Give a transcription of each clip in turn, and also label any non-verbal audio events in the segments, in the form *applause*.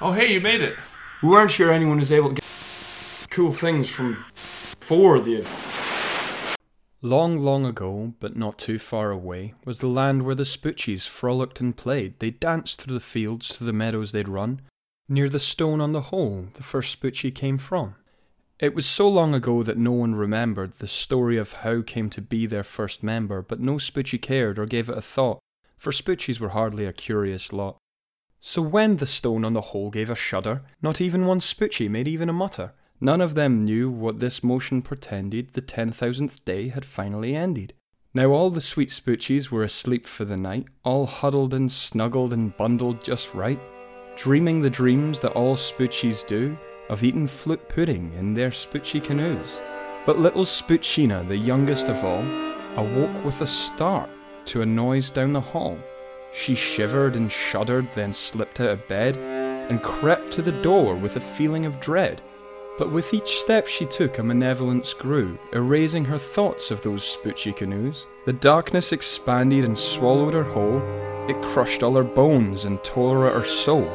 Oh, hey, you made it. We weren't sure anyone was able to get cool things from for the. Long, long ago, but not too far away, was the land where the Spoochies frolicked and played. They danced through the fields to the meadows they'd run, near the stone on the hole the first Spoochie came from. It was so long ago that no one remembered the story of how came to be their first member, but no Spoochie cared or gave it a thought, for Spoochies were hardly a curious lot. So when the stone on the hole gave a shudder, not even one Spoochie made even a mutter. None of them knew what this motion portended the ten thousandth day had finally ended. Now all the sweet spoochies were asleep for the night, all huddled and snuggled and bundled just right, dreaming the dreams that all spoochies do of eating flute pudding in their spoochy canoes. But little Spoochina, the youngest of all, awoke with a start to a noise down the hall. She shivered and shuddered, then slipped out of bed and crept to the door with a feeling of dread. But with each step she took, a malevolence grew, erasing her thoughts of those spoochy canoes. The darkness expanded and swallowed her whole. It crushed all her bones and tore at her soul.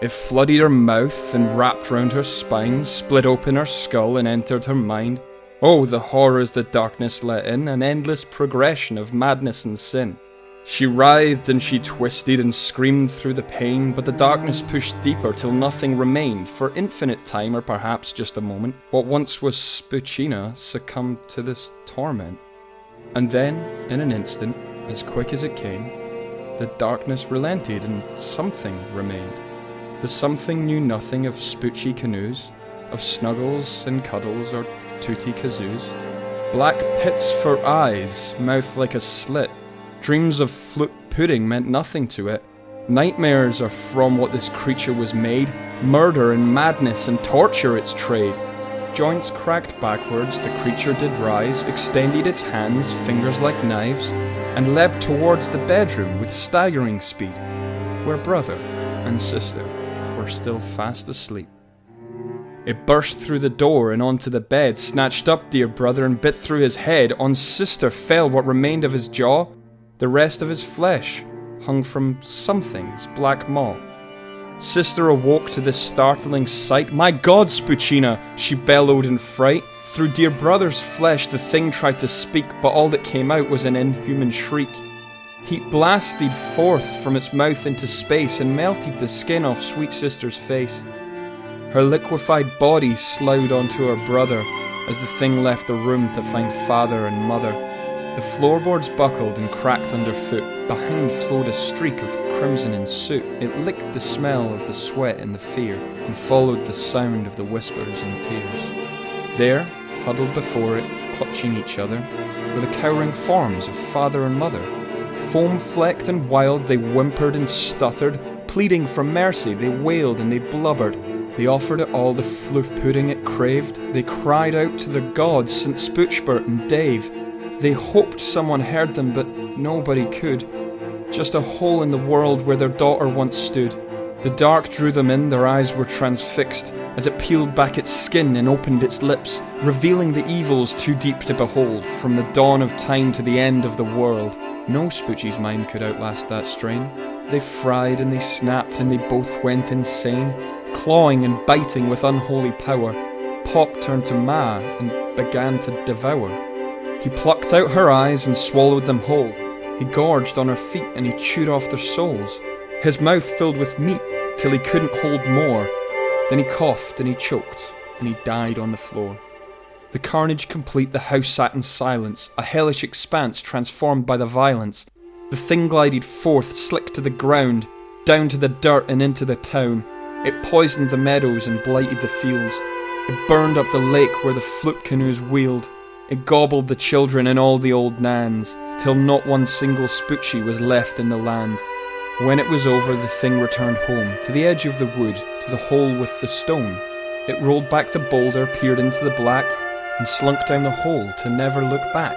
It flooded her mouth and wrapped round her spine, split open her skull and entered her mind. Oh, the horrors the darkness let in, an endless progression of madness and sin. She writhed and she twisted and screamed through the pain, but the darkness pushed deeper till nothing remained. For infinite time, or perhaps just a moment, what once was Spuccina succumbed to this torment. And then, in an instant, as quick as it came, the darkness relented and something remained. The something knew nothing of spoochy canoes, of snuggles and cuddles or tooty kazoos. Black pits for eyes, mouth like a slit. Dreams of flute pudding meant nothing to it. Nightmares are from what this creature was made. Murder and madness and torture its trade. Joints cracked backwards, the creature did rise, extended its hands, fingers like knives, and leapt towards the bedroom with staggering speed, where brother and sister were still fast asleep. It burst through the door and onto the bed, snatched up dear brother and bit through his head. On sister fell what remained of his jaw. The rest of his flesh hung from something's black maw. Sister awoke to this startling sight. My God, Spuccina! She bellowed in fright. Through dear brother's flesh, the thing tried to speak, but all that came out was an inhuman shriek. Heat blasted forth from its mouth into space and melted the skin off sweet sister's face. Her liquefied body slowed onto her brother as the thing left the room to find father and mother. The floorboards buckled and cracked underfoot. Behind flowed a streak of crimson and soot. It licked the smell of the sweat and the fear, and followed the sound of the whispers and tears. There, huddled before it, clutching each other, were the cowering forms of father and mother. Foam flecked and wild, they whimpered and stuttered. Pleading for mercy, they wailed and they blubbered. They offered it all the floof pudding it craved. They cried out to their gods, St. Spoochbert and Dave. They hoped someone heard them, but nobody could. Just a hole in the world where their daughter once stood. The dark drew them in, their eyes were transfixed as it peeled back its skin and opened its lips, revealing the evils too deep to behold from the dawn of time to the end of the world. No Spoochie's mind could outlast that strain. They fried and they snapped and they both went insane, clawing and biting with unholy power. Pop turned to Ma and began to devour. He plucked out her eyes and swallowed them whole. He gorged on her feet and he chewed off their soles. His mouth filled with meat till he couldn't hold more. Then he coughed and he choked and he died on the floor. The carnage complete, the house sat in silence, a hellish expanse transformed by the violence. The thing glided forth, slick to the ground, down to the dirt and into the town. It poisoned the meadows and blighted the fields. It burned up the lake where the flute canoes wheeled. It gobbled the children and all the old nans, till not one single spoochie was left in the land. When it was over, the thing returned home, to the edge of the wood, to the hole with the stone. It rolled back the boulder, peered into the black, and slunk down the hole to never look back.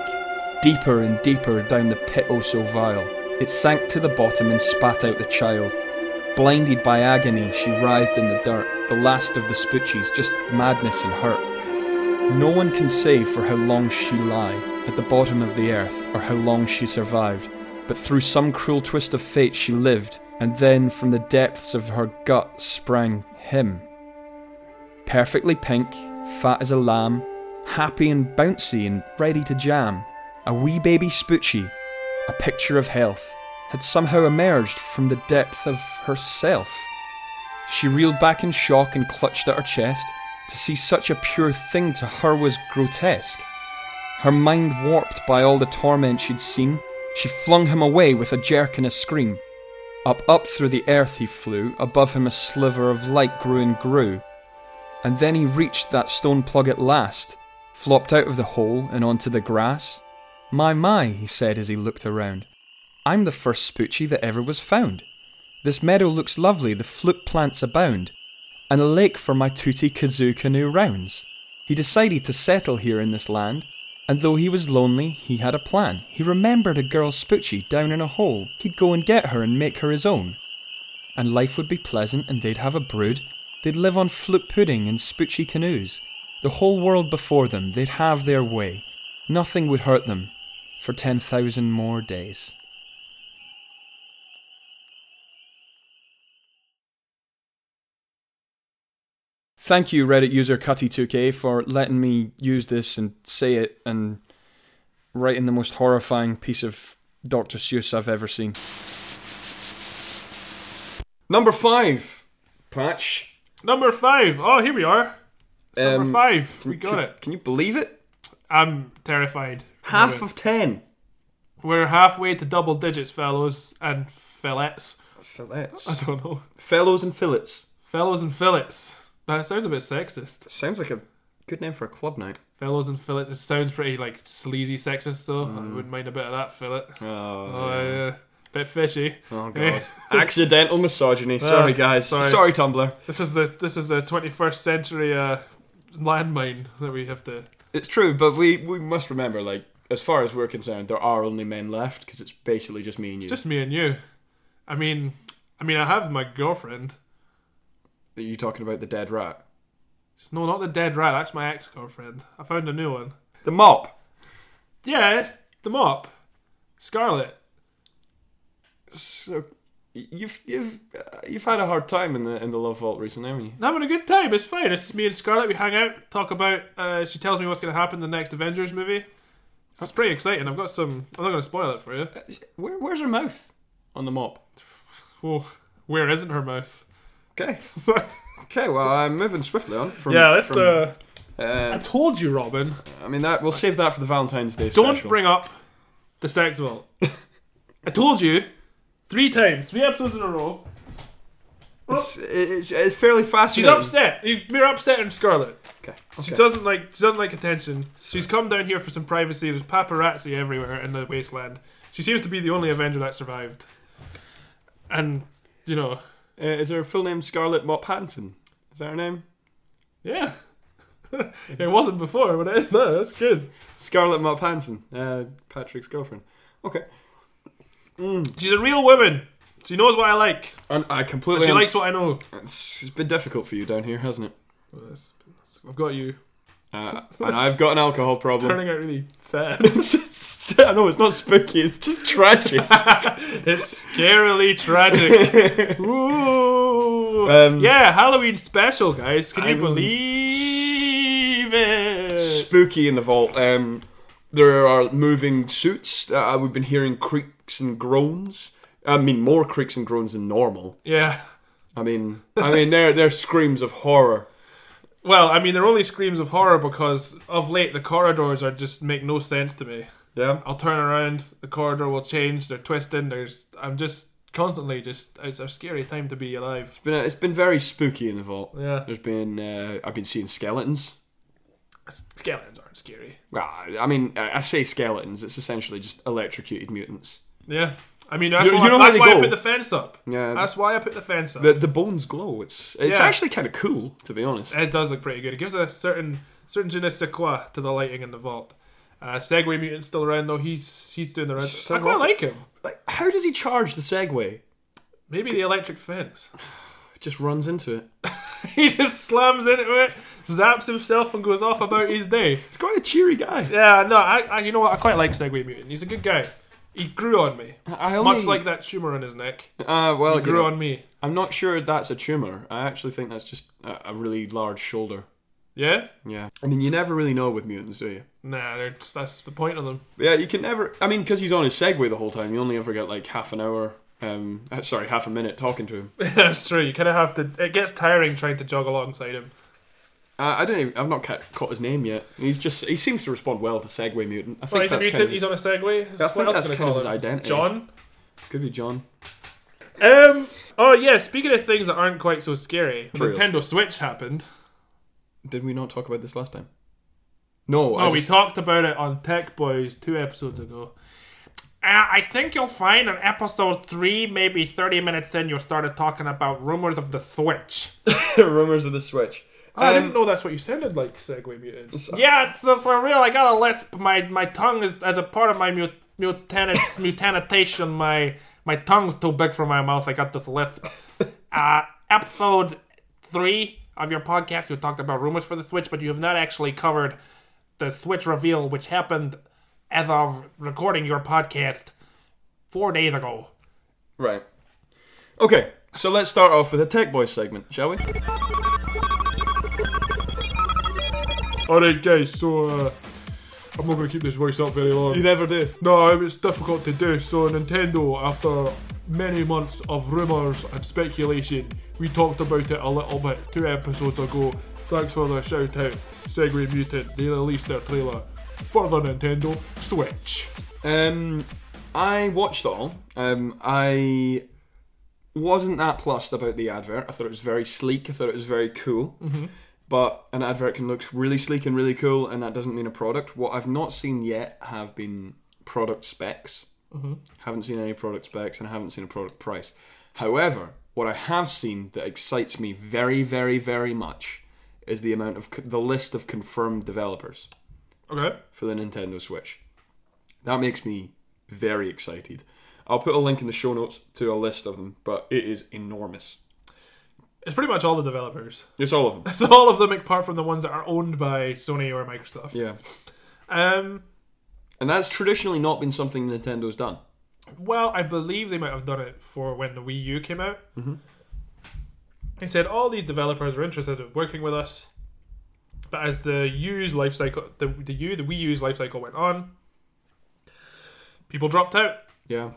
Deeper and deeper down the pit oh so vile, it sank to the bottom and spat out the child. Blinded by agony, she writhed in the dirt, the last of the spoochies, just madness and hurt. No one can say for how long she lay at the bottom of the earth or how long she survived, but through some cruel twist of fate she lived, and then from the depths of her gut sprang him. Perfectly pink, fat as a lamb, happy and bouncy and ready to jam, a wee baby spoochie, a picture of health, had somehow emerged from the depth of herself. She reeled back in shock and clutched at her chest. To see such a pure thing to her was grotesque. Her mind warped by all the torment she'd seen, she flung him away with a jerk and a scream. Up, up through the earth he flew, above him a sliver of light grew and grew. And then he reached that stone plug at last, flopped out of the hole and onto the grass. My, my, he said as he looked around, I'm the first spoochie that ever was found. This meadow looks lovely, the flute plants abound, and a lake for my tutti kazoo canoe rounds. He decided to settle here in this land, and though he was lonely, he had a plan. He remembered a girl spoochie down in a hole. He'd go and get her and make her his own. And life would be pleasant, and they'd have a brood. They'd live on flute pudding and spoochie canoes. The whole world before them, they'd have their way. Nothing would hurt them for 10,000 more days. Thank you, Reddit user Cutty2k, for letting me use this and say it and write in the most horrifying piece of Dr. Seuss I've ever seen. Number five, Patch. Number five. Oh, here we are. It's Um, number five. We got can, it. Can you believe it? I'm terrified. Half Love it. of ten. We're halfway to double digits, fellows and fillets. *laughs* I Fillets. don't know. Fellows and fillets. Fellows and fillets. That sounds a bit sexist. Sounds like a good name for a club night. Fellows and fillets. It sounds pretty like sleazy sexist though. I Mm. wouldn't mind a bit of that fillet. Oh, Oh, yeah. Bit fishy. Oh, Eh. God. Accidental misogyny. Sorry, Ah, guys. Sorry, sorry. Tumblr. This is the this is the 21st century uh, landmine that we have to. It's true, but we, we must remember, like, as far as we're concerned, there are only men left because it's basically just me and you. Just me and you. I mean, I mean, I have my girlfriend. Are you talking about the dead rat? No, not the dead rat. That's my ex-girlfriend. I found a new one. The mop. Yeah, the mop, Scarlet. So you've you've uh, you've had a hard time in the in the love vault recently, haven't you? I'm having a good time. It's fine. It's me and Scarlet. We hang out, talk about. Uh, she tells me what's going to happen in the next Avengers movie. It's pretty exciting. I've got some. I'm not going to spoil it for you. Where, where's her mouth on the mop? Oh, where isn't her mouth? *laughs* Okay. Okay. Well, I'm moving swiftly on. From, yeah, let's. from, Uh, I uh, told you, Robin. I mean, that we'll save that for the Valentine's Day. Don't special. bring up the sex vault. I told you three times, three episodes in a row. It's, it's, it's fairly She's fascinating. upset. You're upset in Scarlet. Okay. She okay. doesn't like she doesn't like attention. She's come down here for some privacy. There's paparazzi everywhere in the wasteland. She seems to be the only Avenger that survived. And you know, Uh, is her full name Scarlett Mop Hanson? Is that her name? yeah, *laughs* it wasn't before, but it is now. That's good. Scarlett Mop Hanson, uh, Patrick's girlfriend. Okay. Mm. She's a real woman. She knows what I like. And I And completely. she un- likes what I know. it's, it's been difficult for you down here, hasn't it? I've got you Uh, and I've got an alcohol *laughs* problem. turning out really sad. *laughs* I know it's not spooky. It's *laughs* just tragic. it's scarily tragic. Ooh. Um, yeah, Halloween special, guys. Can I'm you believe it? spooky in the vault. Um, there are moving suits. Uh, we've been hearing creaks and groans. I mean, more creaks and groans than normal. Yeah. I mean, I mean, they're they're screams of horror. Well, I mean, they're only screams of horror because of late the corridors are just make no sense to me. Yeah. I'll turn around, the corridor will change, they're twisting, there's. I'm just constantly just. It's a scary time to be alive. It's been it's been very spooky in the vault. Yeah. There's been uh, I've been seeing skeletons. Skeletons aren't scary. Well, I mean, I I say skeletons. It's essentially just electrocuted mutants. Yeah. I mean, that's You- why, you know where that's they why go? I put the fence up. Yeah. That's why I put the fence up. The the bones glow. It's it's Yeah. Uh, actually kind of cool to be honest. It does look pretty good. It gives a certain certain je ne sais quoi to the lighting in the vault. Uh, Segway mutant's still around though. He's he's doing the rounds. I quite like him. Like, how does he charge the Segway? Maybe the electric fence. Just runs into it. *laughs* he just slams into it, zaps himself, and goes off about his day. It's quite a cheery guy. Yeah, no, I, I you know what? I quite like Segway mutant. He's a good guy. He grew on me, I only, much like that tumor on his neck. Uh, well, He you grew know, on me. I'm not sure that's a tumor. I actually think that's just a, a really large shoulder. Yeah. Yeah. I mean, you never really know with mutants, do you? Nah, they're just- that's the point of them. *laughs* Yeah, you can never. I mean, because he's on his Segway the whole time, you only ever get like half an hour. Um, uh, sorry, half a minute *laughs* talking to him. that's true. You kind of have to. It gets tiring trying to jog alongside him. Uh, I don't. Even, I've not ca- caught his name yet. He's just. He seems to respond well to Segway mutant. I Well, think he's a that's mutant. kind of. he's His, on a Segway. I What think else that's can I kind of call his him? identity. John. Could be John. Um. Oh yeah. Speaking of things that aren't quite so scary, For reals. Nintendo Switch happened. Did we not talk about this last time? No. Oh, I we just- talked about it on Tech Boys two episodes ago. Uh, I think you'll find on episode three, maybe thirty minutes in, you started talking about rumors of the Switch. rumors of *laughs* the Switch. I Um, didn't know that's what you sounded like, Segway mutant. yeah, it's the, for real. I got a lisp. My my tongue is as a part of my mut, mutani, mutanitation. My my tongue's too big for my mouth. I got this lisp. Uh, episode three of your podcast, you talked about rumors for the Switch, but you have not actually covered the Switch reveal, which happened as of recording your podcast four days ago. Right. Okay, so let's start off with a Tech Boys segment, shall we? Alright, guys. So uh, I'm not going to keep this voice up very long. You never do. No, it was difficult to do. So Nintendo, after many months of rumors and speculation, we talked about it a little bit two episodes ago. Thanks for the shout out, Segway Mutant. They released their trailer for the Nintendo Switch. Um, I watched it all. Um, I wasn't that plussed about the advert. I thought it was very sleek. I thought it was very cool. But an advert can look really sleek and really cool, and that doesn't mean a product. What I've not seen yet have been product specs. Haven't seen any product specs, and I haven't seen a product price. However, what I have seen that excites me very, very, very much is the amount of co- the list of confirmed developers Okay. for the Nintendo Switch. That makes me very excited. I'll put a link in the show notes to a list of them, but it is enormous. It's pretty much all the developers. *laughs* It's all *laughs* of them. It's all of them apart from the ones that are owned by Sony or Microsoft. Yeah. Um And that's traditionally not been something Nintendo's done. Well, I believe they might have done it for when the Wii U came out. Mm-hmm. They said all these developers are interested in working with us, but as the U's life cycle, the the U, the Wii U's life cycle went on, people dropped out. Yeah.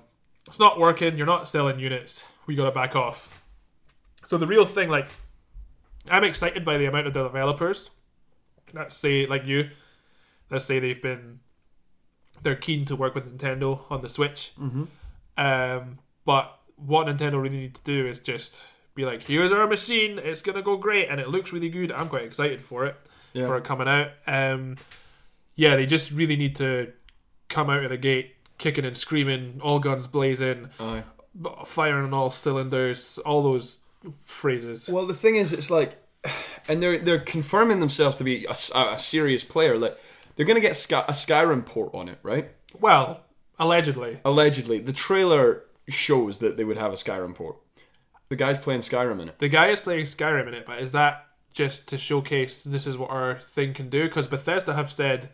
It's not working. You're not selling units. We gotta back off. So the real thing, like, I'm excited by the amount of developers. Let's say, like you, let's say they've been, they're keen to work with Nintendo on the Switch. Mm-hmm. Um, but what Nintendo really need to do is just be like, here's our machine, it's gonna go great, and it looks really good. I'm quite excited for it Yeah. for it coming out. Um, yeah, they just really need to come out of the gate kicking and screaming, all guns blazing, Aye. b- firing on all cylinders, all those phrases. Well, the thing is, it's like, and they're they're confirming themselves to be a, s- a- a serious player. Like, they're gonna get Sky, a Skyrim port on it, right? Well, allegedly. Allegedly, the trailer shows that they would have a Skyrim port. The guy's playing Skyrim in it. The guy is playing Skyrim in it, but is that just to showcase this is what our thing can do? Because Bethesda have said,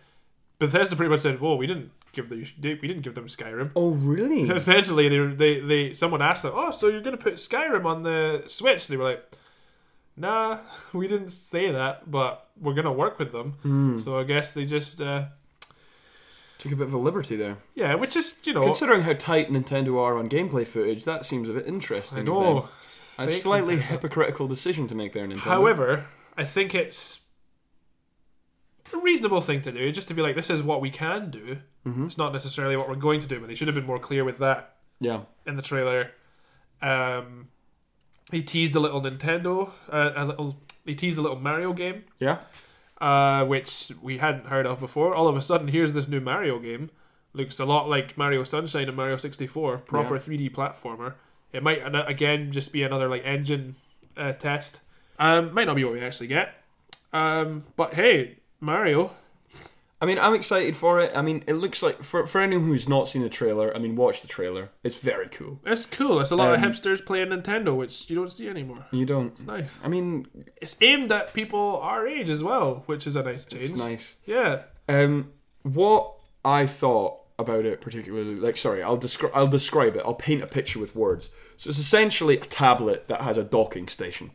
Bethesda pretty much said, "Whoa, we didn't give the we didn't give them Skyrim." *laughs* Oh, really? Essentially, they, they they someone asked them, "Oh, so you're going to put Skyrim on the Switch?" They were like, "Nah, *laughs* we didn't say that, but we're going to work with them." So I guess they just uh, *laughs* Took a bit of a liberty there. yeah, which is you know Considering how tight Nintendo are on gameplay footage, that seems a bit interesting. I of know. them. A Sake- slightly hypocritical decision to make there, Nintendo. However, I think it's a reasonable thing to do, just to be like, "This is what we can do." It's not necessarily what we're going to do, but they should have been more clear with that. yeah, in the trailer. Um, he teased a little Nintendo, uh, a little. He teased a little Mario game, yeah, uh, which we hadn't heard of before. All of a sudden, here's this new Mario game. Looks a lot like Mario Sunshine and Mario 64, proper Yeah. 3D platformer. It might an- again just be another like engine uh, test. Um, might not be what we actually get. Um, but hey, Mario. I mean, I'm excited for it. I mean, it looks like for for anyone who's not seen the trailer, I mean, watch the trailer. It's very cool. That's cool. That's a lot Um, of hipsters playing Nintendo, which you don't see anymore. You don't. Nice. I mean, it's aimed at people our age as well, which is a nice change. it's nice. Yeah. Um, what I thought about it particularly. Like, sorry, I'll describe. I'll describe it. I'll paint a picture with words. So it's essentially a tablet that has a docking station.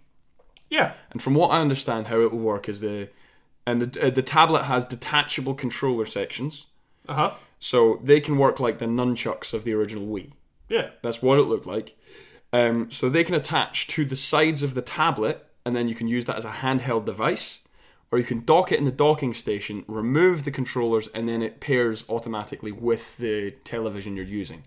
Yeah. And from what I understand, how it will work is the and the uh, the tablet has detachable controller sections, Uh huh. so they can work like the nunchucks of the original Wii. Yeah. That's what it looked like. Um, so they can attach to the sides of the tablet, and then you can use that as a handheld device, or you can dock it in the docking station, remove the controllers, and then it pairs automatically with the television you're using.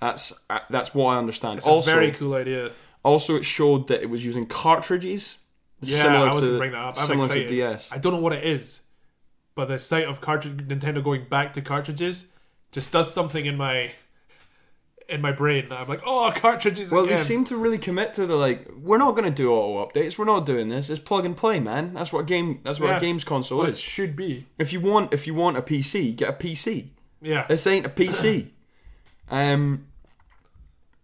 That's uh, that's what I understand. also, Very cool idea. also it showed that it was using cartridges. Yeah, I was gonna bring that up. I'm similar excited. to DS. I don't know what it is, but the sight of cartridge Nintendo going back to cartridges just does something in my in my brain. I'm like, oh, cartridges Well, again. they seem to really commit to the like. We're not going to do auto updates. We're not doing this. It's plug and play, man. That's what a game. That's what Yeah. a games console Well, it is. should be. If you want, if you want a PC, get a PC. Yeah. This ain't *coughs* a PC. um,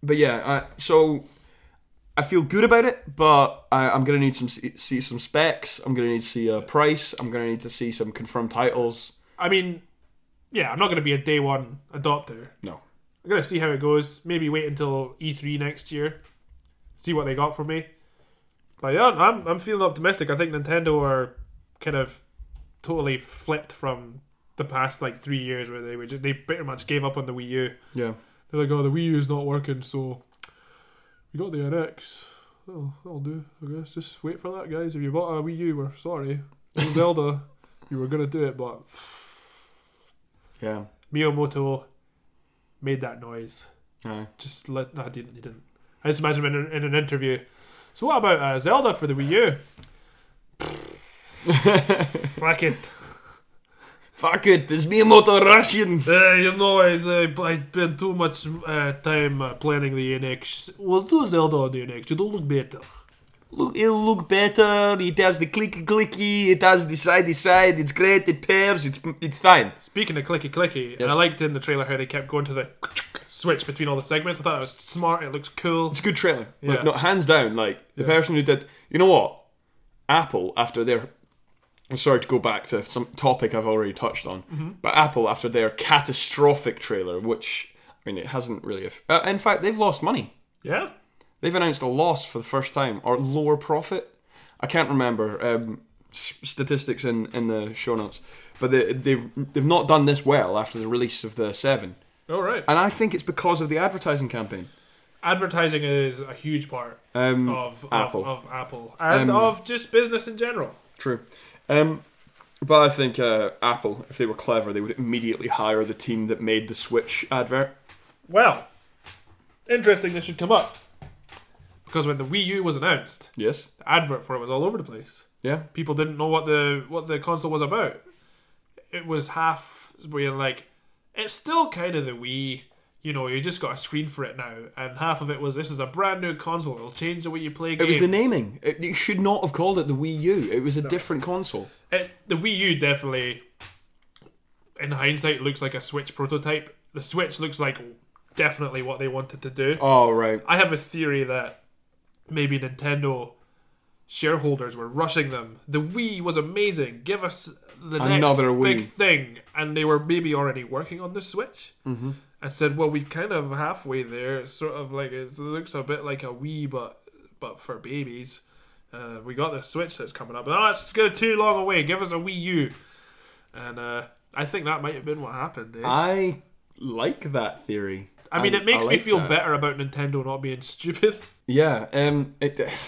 but yeah, I, so I feel good about it, but I, I'm gonna need some see see some specs. I'm gonna need to see a price. I'm gonna need to see some confirmed titles. I mean, yeah, I'm not going to be a day one adopter. No, I'm going to see how it goes. Maybe wait until E3 next year, see what they got for me. But yeah, I'm I'm feeling optimistic. I think Nintendo are kind of totally flipped from the past like three years where they were just, they pretty much gave up on the Wii U. yeah, They're like, oh, the Wii U is not working, so we got the NX. That'll, that'll do, I guess. Just wait for that, guys. If you bought a Wii U, we're sorry. No Zelda, you were gonna do it, but yeah. Miyamoto made that noise. Aye. Just let no, he didn't. He didn't. I just imagine him in, an- in an interview. So what about uh, Zelda for the Wii U? Fuck it. Fuck it. This Miyamoto Russian. Uh, you know, I, I, I spend too much uh, time uh, planning the NX. We'll do Zelda on the NX. You don't look better. Look, it'll look better. It has the clicky clicky. It has the side to side. It's great. It pairs. It's it's fine. Speaking of clicky clicky, and Yes. I liked in the trailer how they kept going to the switch between all the segments. I thought it was smart. It looks cool. *laughs* It's a good trailer. Like, Yeah. no, hands down. Like the person who did. You know what? Apple after their. I'm sorry to go back to some topic I've already touched on, but Apple after their catastrophic trailer, which I mean it hasn't really. aff- Uh, in fact, they've lost money. Yeah, They've announced a loss for the first time or lower profit. I can't remember um, s- statistics in, in the show notes, but they, they've they've not done this well after the release of the seven, all right. and I think it's because of the advertising campaign. Advertising is a huge part Um, of Apple. of, of Apple and Um, of just business in general. True. Um, but I think uh, Apple, if they were clever, they would immediately hire the team that made the Switch advert. Well, interesting. This should come up because when the Wii U was announced, Yes. the advert for it was all over the place. Yeah. people didn't know what the what the console was about. It was half being like, it's still kind of the Wii. You know, you just got a screen for it now, and half of it was this is a brand new console. It'll change the way you play It games. was the naming. It, you should not have called it the Wii U. It was a different console. It- Uh, the Wii U definitely, in hindsight, looks like a Switch prototype. The Switch looks like definitely what they wanted to do. Oh right. I have a theory that maybe Nintendo shareholders were rushing them. The Wii was amazing. Give us the Another next Wii. big thing, and they were maybe already working on the Switch, mm-hmm. and said, "Well, we kind of halfway there. It's Sort of like it looks a bit like a Wii, but but for babies. Uh, we got the Switch that's coming up. Oh, it's gonna too long away. Give us a Wii U." And uh, I think that might have been what happened. Eh? I like that theory. I mean, I- it makes I me like feel that. better about Nintendo not being *laughs* stupid. Yeah. Um. It. *sighs*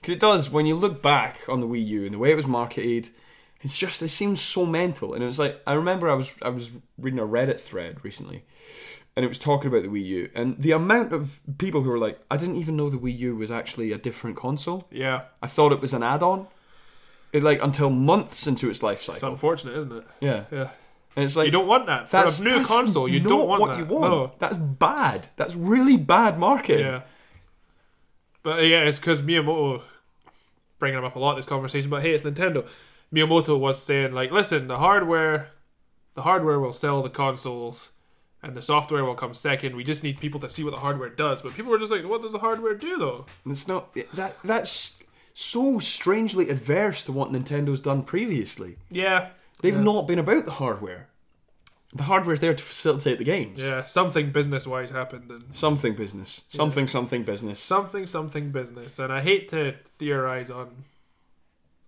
Because it does. When you look back on the Wii U and the way it was marketed, it's just it seems so mental. And it was like I remember I was I was reading a Reddit thread recently, and it was talking about the Wii U and the amount of people who were like, I didn't even know the Wii U was actually a different console. Yeah, I thought it was an add-on. It like until months into its life it's cycle. unfortunate, isn't it? yeah. Yeah. And it's like you don't want that. For that's a new that's console, you not don't want what that. you want. No. That's bad. That's really bad marketing. Yeah. But uh, yeah, it's because Miyamoto, bringing him up a lot in this conversation, but hey, it's Nintendo. Miyamoto was saying, like, listen, the hardware, the hardware will sell the consoles and the software will come second. We just need people to see what the hardware does. But people were just like, what does the hardware do, though? It's not that that's so strangely adverse to what Nintendo's done previously. Yeah. They've not been about the hardware. the hardware's there to facilitate the games. Yeah, something business wise happened and Something business. Something something business. something something business. And I hate to theorize on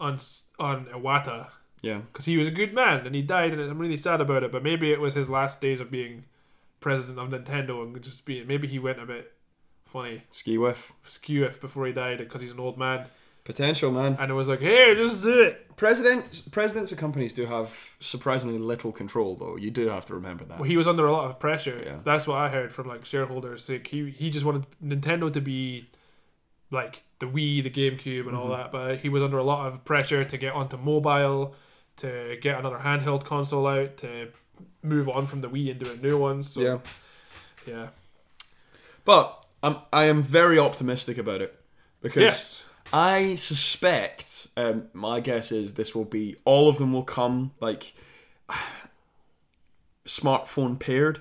on s- on Iwata yeah. because he was a good man and he died, and I'm really sad about it. But maybe it was his last days of being president of Nintendo and just being maybe he went a bit funny Ski whiff. skew if before he died because he's an old man Potential, man. and it was like here just do it Presidents presidents of companies do have surprisingly little control though. You do have to remember that. Well, he was under a lot of pressure. Yeah. That's what I heard from like shareholders. Like he he just wanted Nintendo to be like the Wii, the GameCube, and all Mm-hmm. that. But he was under a lot of pressure to get onto mobile, to get another handheld console out, to move on from the Wii into a new one. So yeah. yeah. But I'm, I am very optimistic about it because Yes. I suspect um, my guess is this will be all of them will come like *sighs* smartphone paired,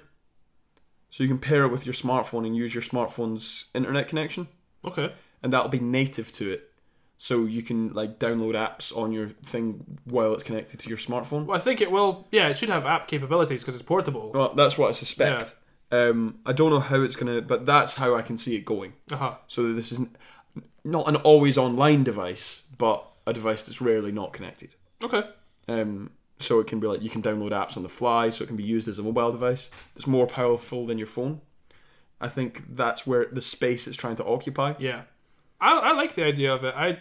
so you can pair it with your smartphone and use your smartphone's internet connection, Okay. and that'll be native to it. So you can like download apps on your thing while it's connected to your smartphone. Well, I think it will. Yeah, it should have app capabilities because it's portable. Well, that's what I suspect. Um, I don't know how it's gonna, but that's how I can see it going. Uh huh. so that this isn't not an always online device, but a device that's rarely not connected. Okay. Um, so it can be like you can download apps on the fly, so it can be used as a mobile device. It's more powerful than your phone. I think that's where the space it's trying to occupy. Yeah, I, I like the idea of it. I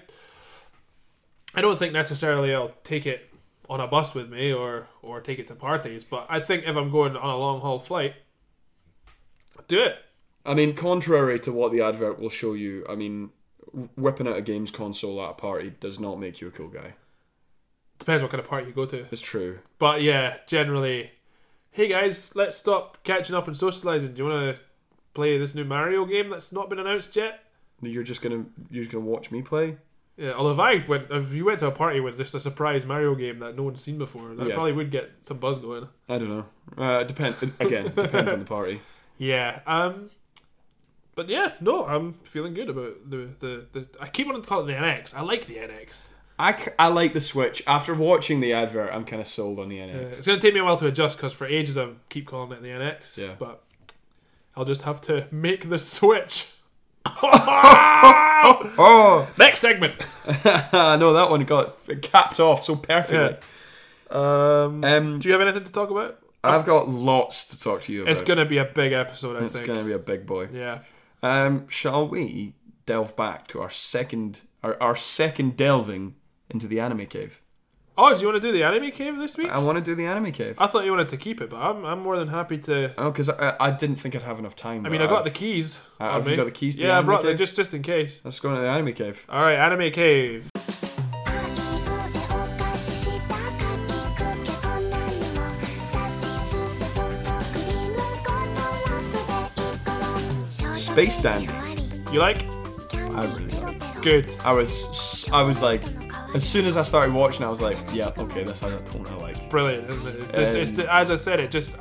I don't think necessarily I'll take it on a bus with me or or take it to parties, but I think if I'm going on a long haul flight, do it. I mean, contrary to what the advert will show you, I mean, wh- whipping out a games console at a party does not make you a cool guy. Depends what kind of party you go to, It's true. but yeah, generally, hey guys, let's stop catching up and socializing. Do you want to play this new Mario game that's not been announced yet? You're just gonna you're just gonna watch me play. Yeah, although if I went, if you went to a party with just a surprise Mario game that no one's seen before, that Yeah. probably would get some buzz going. I don't know. Uh, depend *laughs* again. depends on the party. Yeah. Um. But yeah, no, I'm feeling good about the the, the I keep wanting to call it the NX. I like the NX. I, c- I like the Switch. After watching the advert, I'm kind of sold on the Uh, NX. it's gonna take me a while to adjust because for ages I keep calling it the NX. Yeah. But I'll just have to make the *laughs* switch. Oh *laughs* Next segment. no, that one got it capped off so perfectly. Um. Um, do you have anything to talk about? I've got lots to talk to you about. It's gonna be a big episode, I It's think. gonna be a big boy. Yeah. Um, shall we delve back to our second our, our second delving into the anime cave? Oh, do you want to do the anime cave this week? I want to do the anime cave. I thought you wanted to keep it, but I'm, I'm more than happy to. Oh, because I, I didn't think I'd have enough time. I mean, I got the keys. Uh, on have you me. got the keys to the Yeah, I anime brought them cave? just just in case. Let's go into the anime cave. All right, anime cave. あいとてお菓子したかきくけこんなにもさしすせソフトクリームごぞラップでいこう Space Dandy. You like? I really like Good. I was s- I was like, as soon as I started watching, I was like, yeah, okay, that's how that tone I like. Brilliant, isn't it? It's just, it's Um, as I said, it just.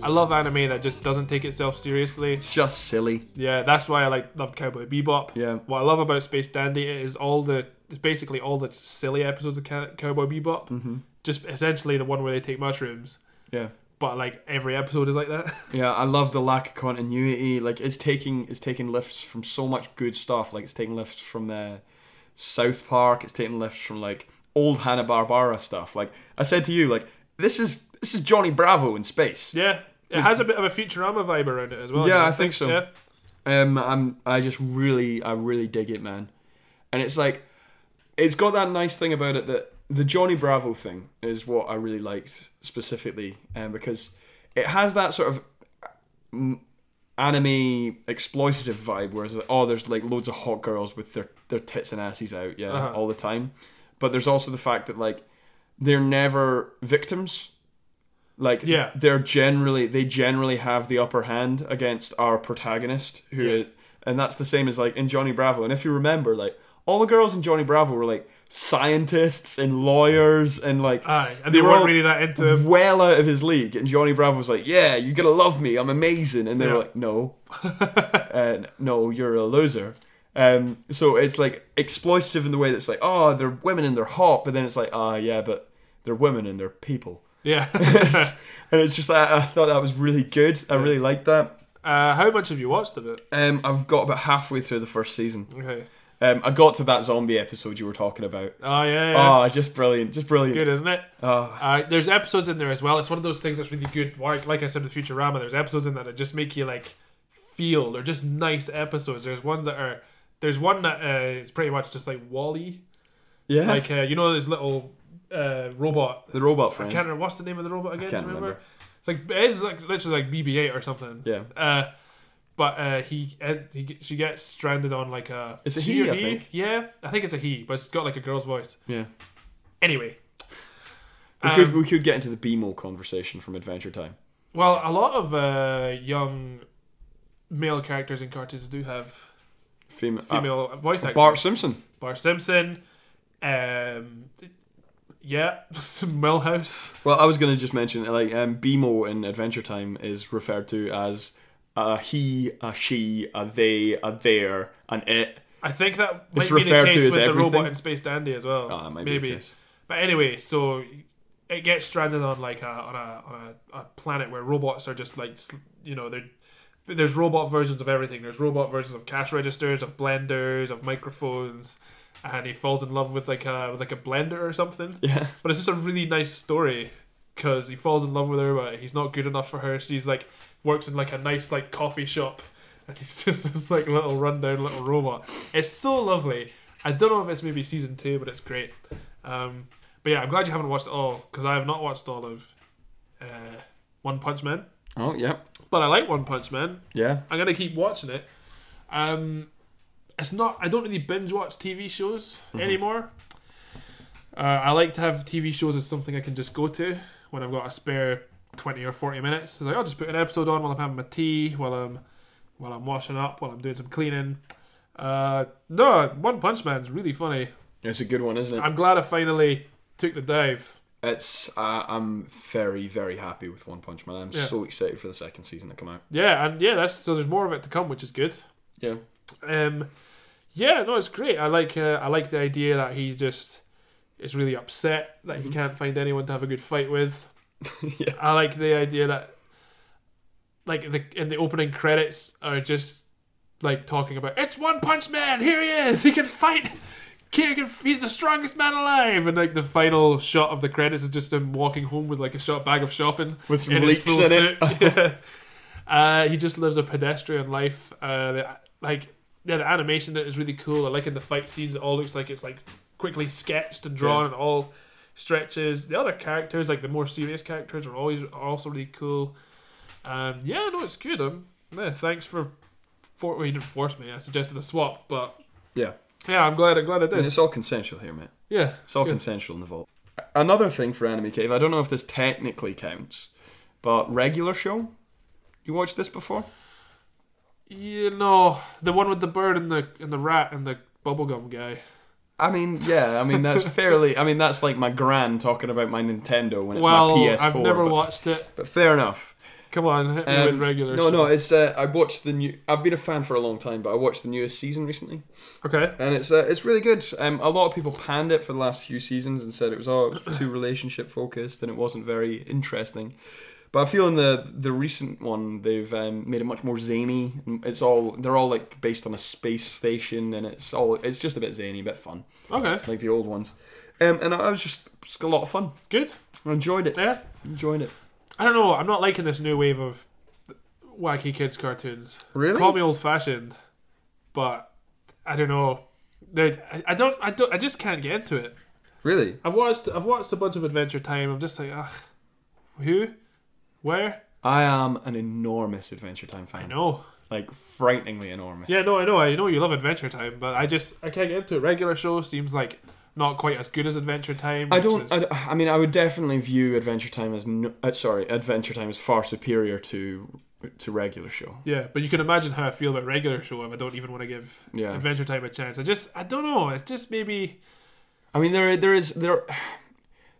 I love anime that just doesn't take itself seriously. Just silly. Yeah, that's why I like loved Cowboy Bebop. Yeah. What I love about Space Dandy is all the it's basically all the silly episodes of Ca- Cowboy Bebop. Mm-hmm. Just essentially the one where they take mushrooms, Yeah. but like every episode is like that. *laughs* Yeah, I love the lack of continuity. Like it's taking it's taking lifts from so much good stuff. Like it's taking lifts from uh, South Park. It's taking lifts from like old Hanna Barbera stuff. Like I said to you, like this is this is Johnny Bravo in space. yeah. It has a bit of a Futurama vibe around it as well. Yeah, don't I think so. Yeah. Um, I'm I just really I really dig it, man. And it's like it's got that nice thing about it that the Johnny Bravo thing is what I really liked specifically, um, because it has that sort of mm, anime exploitative vibe, whereas like, oh, there's like loads of hot girls with their their tits and asses out, yeah, Uh-huh. all the time. But there's also the fact that like they're never victims. Like Yeah. they're generally they generally have the upper hand against our protagonist who Yeah. and that's the same as like in Johnny Bravo. And if you remember, like all the girls in Johnny Bravo were like scientists and lawyers and like Aye, and they, weren't really that into *laughs* him. well out of his league. And Johnny Bravo was like, "Yeah, you're gonna love me. I'm amazing." And they Yeah. were *laughs* like, "No, uh, no, you're a loser." Um, so it's like exploitative in the way that's like, "Oh, they're women and they're hot," but then it's like, "Ah, yeah, but they're women and they're people." *laughs* Yeah. *laughs* and it's just I, I thought that was really good. I really liked that. uh, how much have you watched of it? Um, I've got about halfway through the first season. Okay. Um, I got to that zombie episode you were talking about. Oh yeah. yeah. Oh, just brilliant, just brilliant. Good, isn't it? Oh, Uh, there's episodes in there as well. It's one of those things that's really good. Like, like I said with Futurama, there's episodes in that that just make you like feel. They're just nice episodes. There's ones that are. There's one that uh, is pretty much just like *laughs* Wally. yeah, Like uh, you know, this little uh, robot. the robot I friend. can't remember what's the name of the robot again. do you can't remember? remember. It's like it's like literally like BB-8 or something. Yeah. Uh, but uh, he and he get- she gets stranded on like a. It's a she he, or I think. Yeah, I think it's a he, but it's got like a girl's voice. Yeah, Anyway. we could Um, we could get into the BMO conversation from Adventure Time. Well, a lot of uh, young male characters in cartoons do have Fema- female voice uh, actors. Bart Simpson. Bart Simpson, um, yeah, *laughs* Millhouse. Well, I was going to just mention like um, BMO in Adventure Time is referred to as a he, a she, a they, a their, an it. I think that might It's be the referred to case as with the everything. robot in Space Dandy as well. Oh, that might be the maybe. case. *laughs* But anyway, so it gets stranded on like a, on a on a, a planet where robots are just like sl- you know they're. There's robot versions of everything. There's robot versions of cash registers, of blenders, of microphones, and he falls in love with like a with like a blender or something. Yeah, But it's just a really nice story because he falls in love with her, but he's not good enough for her. She's like works in like a nice like coffee shop, *laughs* and he's just this like little rundown little robot. It's so lovely. I don't know if it's maybe season two, but it's great. Um, but yeah, I'm glad you haven't watched it all because I have not watched all of uh, One Punch Man, Oh, yeah, but I like One Punch Man. yeah. I'm gonna keep watching it. Um, it's not. I don't really binge watch TV shows anymore. Uh, I like to have TV shows as something I can just go to when I've got a spare twenty or forty minutes. It's like I'll just put an episode on while I'm having my tea, while I'm while I'm washing up, while I'm doing some cleaning. Uh, no, One Punch Man's really funny. It's a good one, isn't it? I'm glad I finally took the dive. It's uh, I'm very very happy with One Punch Man. I'm Yeah. so excited for the second season to come out. Yeah, and yeah, that's so. There's more of it to come, which is good. Yeah, Um, yeah, no, it's great. I like uh, I like the idea that he just is really upset that he can't find anyone to have a good fight with. Mm-hmm. *laughs* Yeah. I like the idea that like the in the opening credits are just like talking about it's One Punch Man. Here he is. He can fight. He can, he's the strongest man alive, and like the final shot of the credits is just him walking home with like a shot bag of shopping with some in his leaks full in it. suit. *laughs* Yeah. uh, he just lives a pedestrian life. Uh, the, like yeah, the animation that is really cool. I like in the fight scenes, it all looks like it's like quickly sketched and drawn, Yeah. and all stretches. The other characters, like the more serious characters, are always are also really cool. Um, yeah, no, it's good. Um, yeah, thanks for for well, you didn't force me. I suggested a swap, but Yeah, yeah, I'm glad. I'm glad I and did. it's all consensual here, mate. Yeah, It's all good. consensual in the vault. Another thing for Anime Cave, I don't know if this technically counts, but regular show. You watched this before? you know the one with the bird and the and the rat and the bubblegum guy. I mean, yeah. I mean, that's fairly. I mean, that's like my gran talking about my Nintendo when it's Well, my PS4. I've never but, watched it. but fair enough. Come on, hit me Um, with regular. no, no. It's uh, I watched the new. I've been a fan for a long time, but I watched the newest season recently. Okay. and it's uh, it's really good. Um, a lot of people panned it for the last few seasons and said it was all it was too relationship focused and it wasn't very interesting. But I feel in the the recent one they've um, made it much more zany. It's all they're all like based on a space station and it's all it's just a bit zany, a bit fun Okay. like the old ones. Um, and I was just, just a lot of fun. Good. I enjoyed it. Yeah. Enjoyed it. I don't know. I'm not liking this new wave of wacky kids cartoons. Really? Call me old fashioned, but I don't know. They're, I, I don't. I don't. I just can't get into it. Really? I've watched. I've watched a bunch of Adventure Time. I'm just like, ugh. Who? Where? I am an enormous Adventure Time fan. I know. Like frighteningly enormous. Yeah. No. I know. I know you love Adventure Time, but I just I can't get into it. Regular show seems like not quite as good as Adventure Time. I which don't. is- I, I mean, I would definitely view Adventure Time as no, uh, sorry, Adventure Time is far superior to to regular show. Yeah, but you can imagine how I feel about regular show if I don't even want to give Yeah. Adventure Time a chance. I just, I don't know. It's just maybe, I mean, there there is there *sighs* are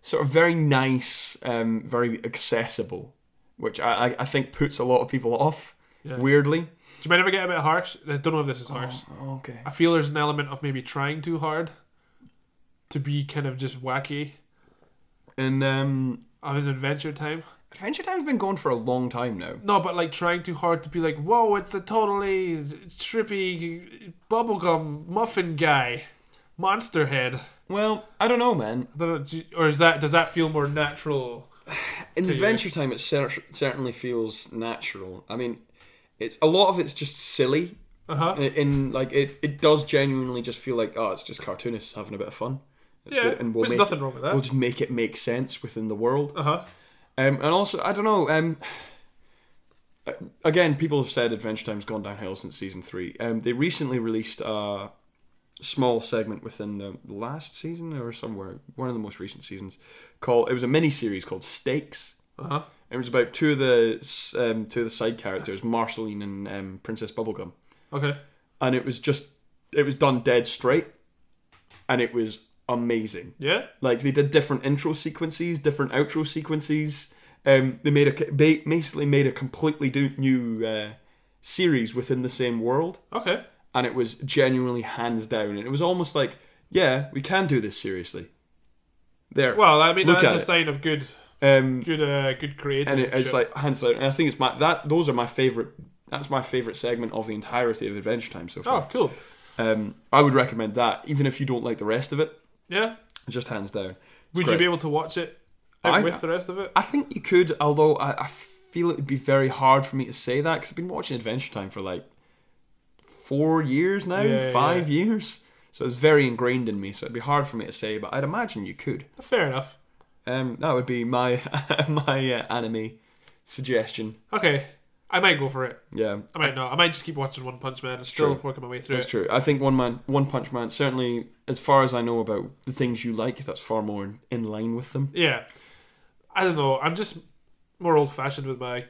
sort of very nice, um, very accessible, which I I- I think puts a lot of people off. Yeah. Weirdly. do you mind if I get a bit harsh? I don't know if this is harsh. Uh-huh. Oh, Okay. I feel there's an element of maybe trying too hard to be kind of just wacky. And um, on an Adventure Time. Adventure Time's been gone for a long time now. No, but like trying too hard to be like, whoa, it's a totally trippy bubblegum muffin guy, monster head. Well, I don't know, man. I don't know, do- Or is that does that feel more natural? In Adventure Time, it cer- certainly feels natural. I mean, it's a lot of it's just silly. Uh huh. In, in, like it, it does genuinely just feel like oh, it's just cartoonists having a bit of fun. It's Yeah, there's make nothing it- wrong with that. We'll just make it make sense within the world. Uh huh. Um, and also, I don't know. Um, again, people have said Adventure Time's gone downhill since season three. Um, they recently released a small segment within the last season or somewhere, one of the most recent seasons, called it was a mini series called Stakes. Uh huh. It was about two of the um, two of the side characters, Marceline and um, Princess Bubblegum, Okay. and it was just it was done dead straight, and it was amazing. Yeah. Like they did different intro sequences, different outro sequences. Um, they made a they basically made a completely do, new uh, series within the same world, Okay. and it was genuinely hands down. And it was almost like, yeah, we can do this seriously. There, Well, I mean, Look that's a at it. sign of good, um, good, uh, good creative. and it, it's shit. like hands down. And I think it's my that those are my favorite. That's my favorite segment of the entirety of Adventure Time so oh, far. cool. Um, I would recommend that, even if you don't like the rest of it, Yeah. just hands down. Would you great. be able to watch it I- with the rest of it? I think you could, although I, I feel it would be very hard for me to say that because I've been watching Adventure Time for like four years now, Yeah, five years. So it's very ingrained in me, so it'd be hard for me to say, but I'd imagine you could. Fair enough. Um, that would be my *laughs* my uh, anime suggestion. Okay. I might go for it. Yeah, I might not. I might just keep watching One Punch Man and still true. working my way through that's it. true. I think One Man, One Punch Man, certainly as far as I know about the things you like, that's far more in, in line with them. Yeah. I don't know. I'm just more old fashioned with my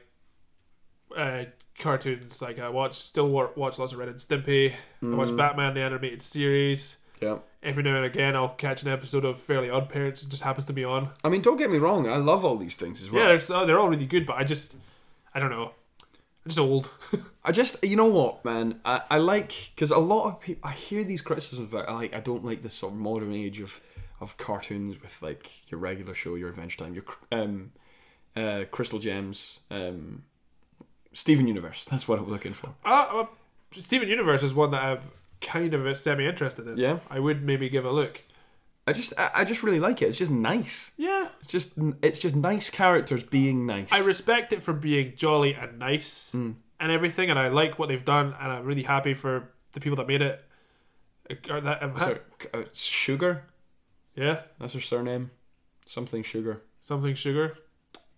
uh, cartoons. Like, I watch, still wa- watch lots of Red and Stimpy. I Mm. watch Batman, the animated series. Yeah. Every now and again, I'll catch an episode of Fairly Odd Parents. It just happens to be on. I mean, don't get me wrong, I love all these things as well. Yeah, they're, s- they're all really good, but I just, I don't know. I'm just old. *laughs* I just, you know what, man? I, I like because a lot of people I hear these criticisms about. I like, I don't like this sort of modern age of of cartoons with like your regular show, your Adventure Time, your cr- um, uh, Crystal Gems, um, Steven Universe. *laughs* That's what I'm looking for. uh, uh, Steven Universe is one that I'm kind of semi interested in. Yeah. I would maybe give a look. I just, I, I just really like it. It's just nice. Yeah. It's just, it's just nice characters being nice. I respect it for being jolly and nice and everything, and I like what they've done, and I'm really happy for the people that made it. Or that, um, Sorry, uh, Sugar. Yeah, That's her surname. Something Sugar. something sugar.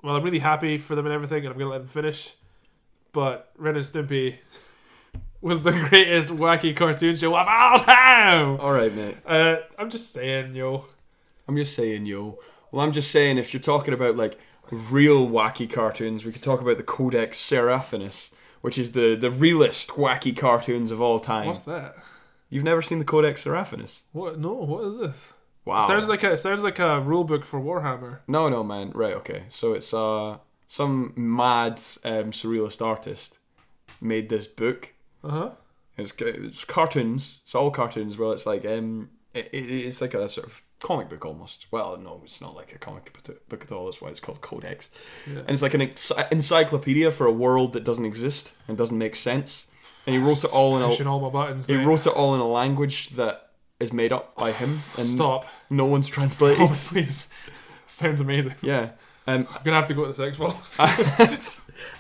Well, I'm really happy for them and everything, and I'm gonna let them finish. But Ren and Stimpy *laughs* was the greatest wacky cartoon show of all time. All right, mate. Uh, I'm just saying, yo. I'm just saying, yo. Well, I'm just saying, if you're talking about like real wacky cartoons, we could talk about the Codex Seraphinus, which is the the realest wacky cartoons of all time. What's that? You've never seen the Codex Seraphinus? What? No. What is this? Wow. Sounds like a sounds like a rule book for Warhammer. no, no, man. Right, okay. So it's uh some mad um, surrealist artist made this book. Uh huh. It's, it's cartoons. It's all cartoons. Well, it's like um, it, it, it's like a sort of comic book almost. Well, no, it's not like a comic book at all. That's why it's called Codex. And it's like an ency- encyclopedia for a world that doesn't exist and doesn't make sense. And he wrote it all in Pushing a all my buttons. he there. wrote it all in a language that is made up by him and *laughs* Stop. no one's translated. Oh, *laughs* please. Sounds amazing. *laughs* Yeah. Um, I'm gonna have to go to the sex balls. Uh,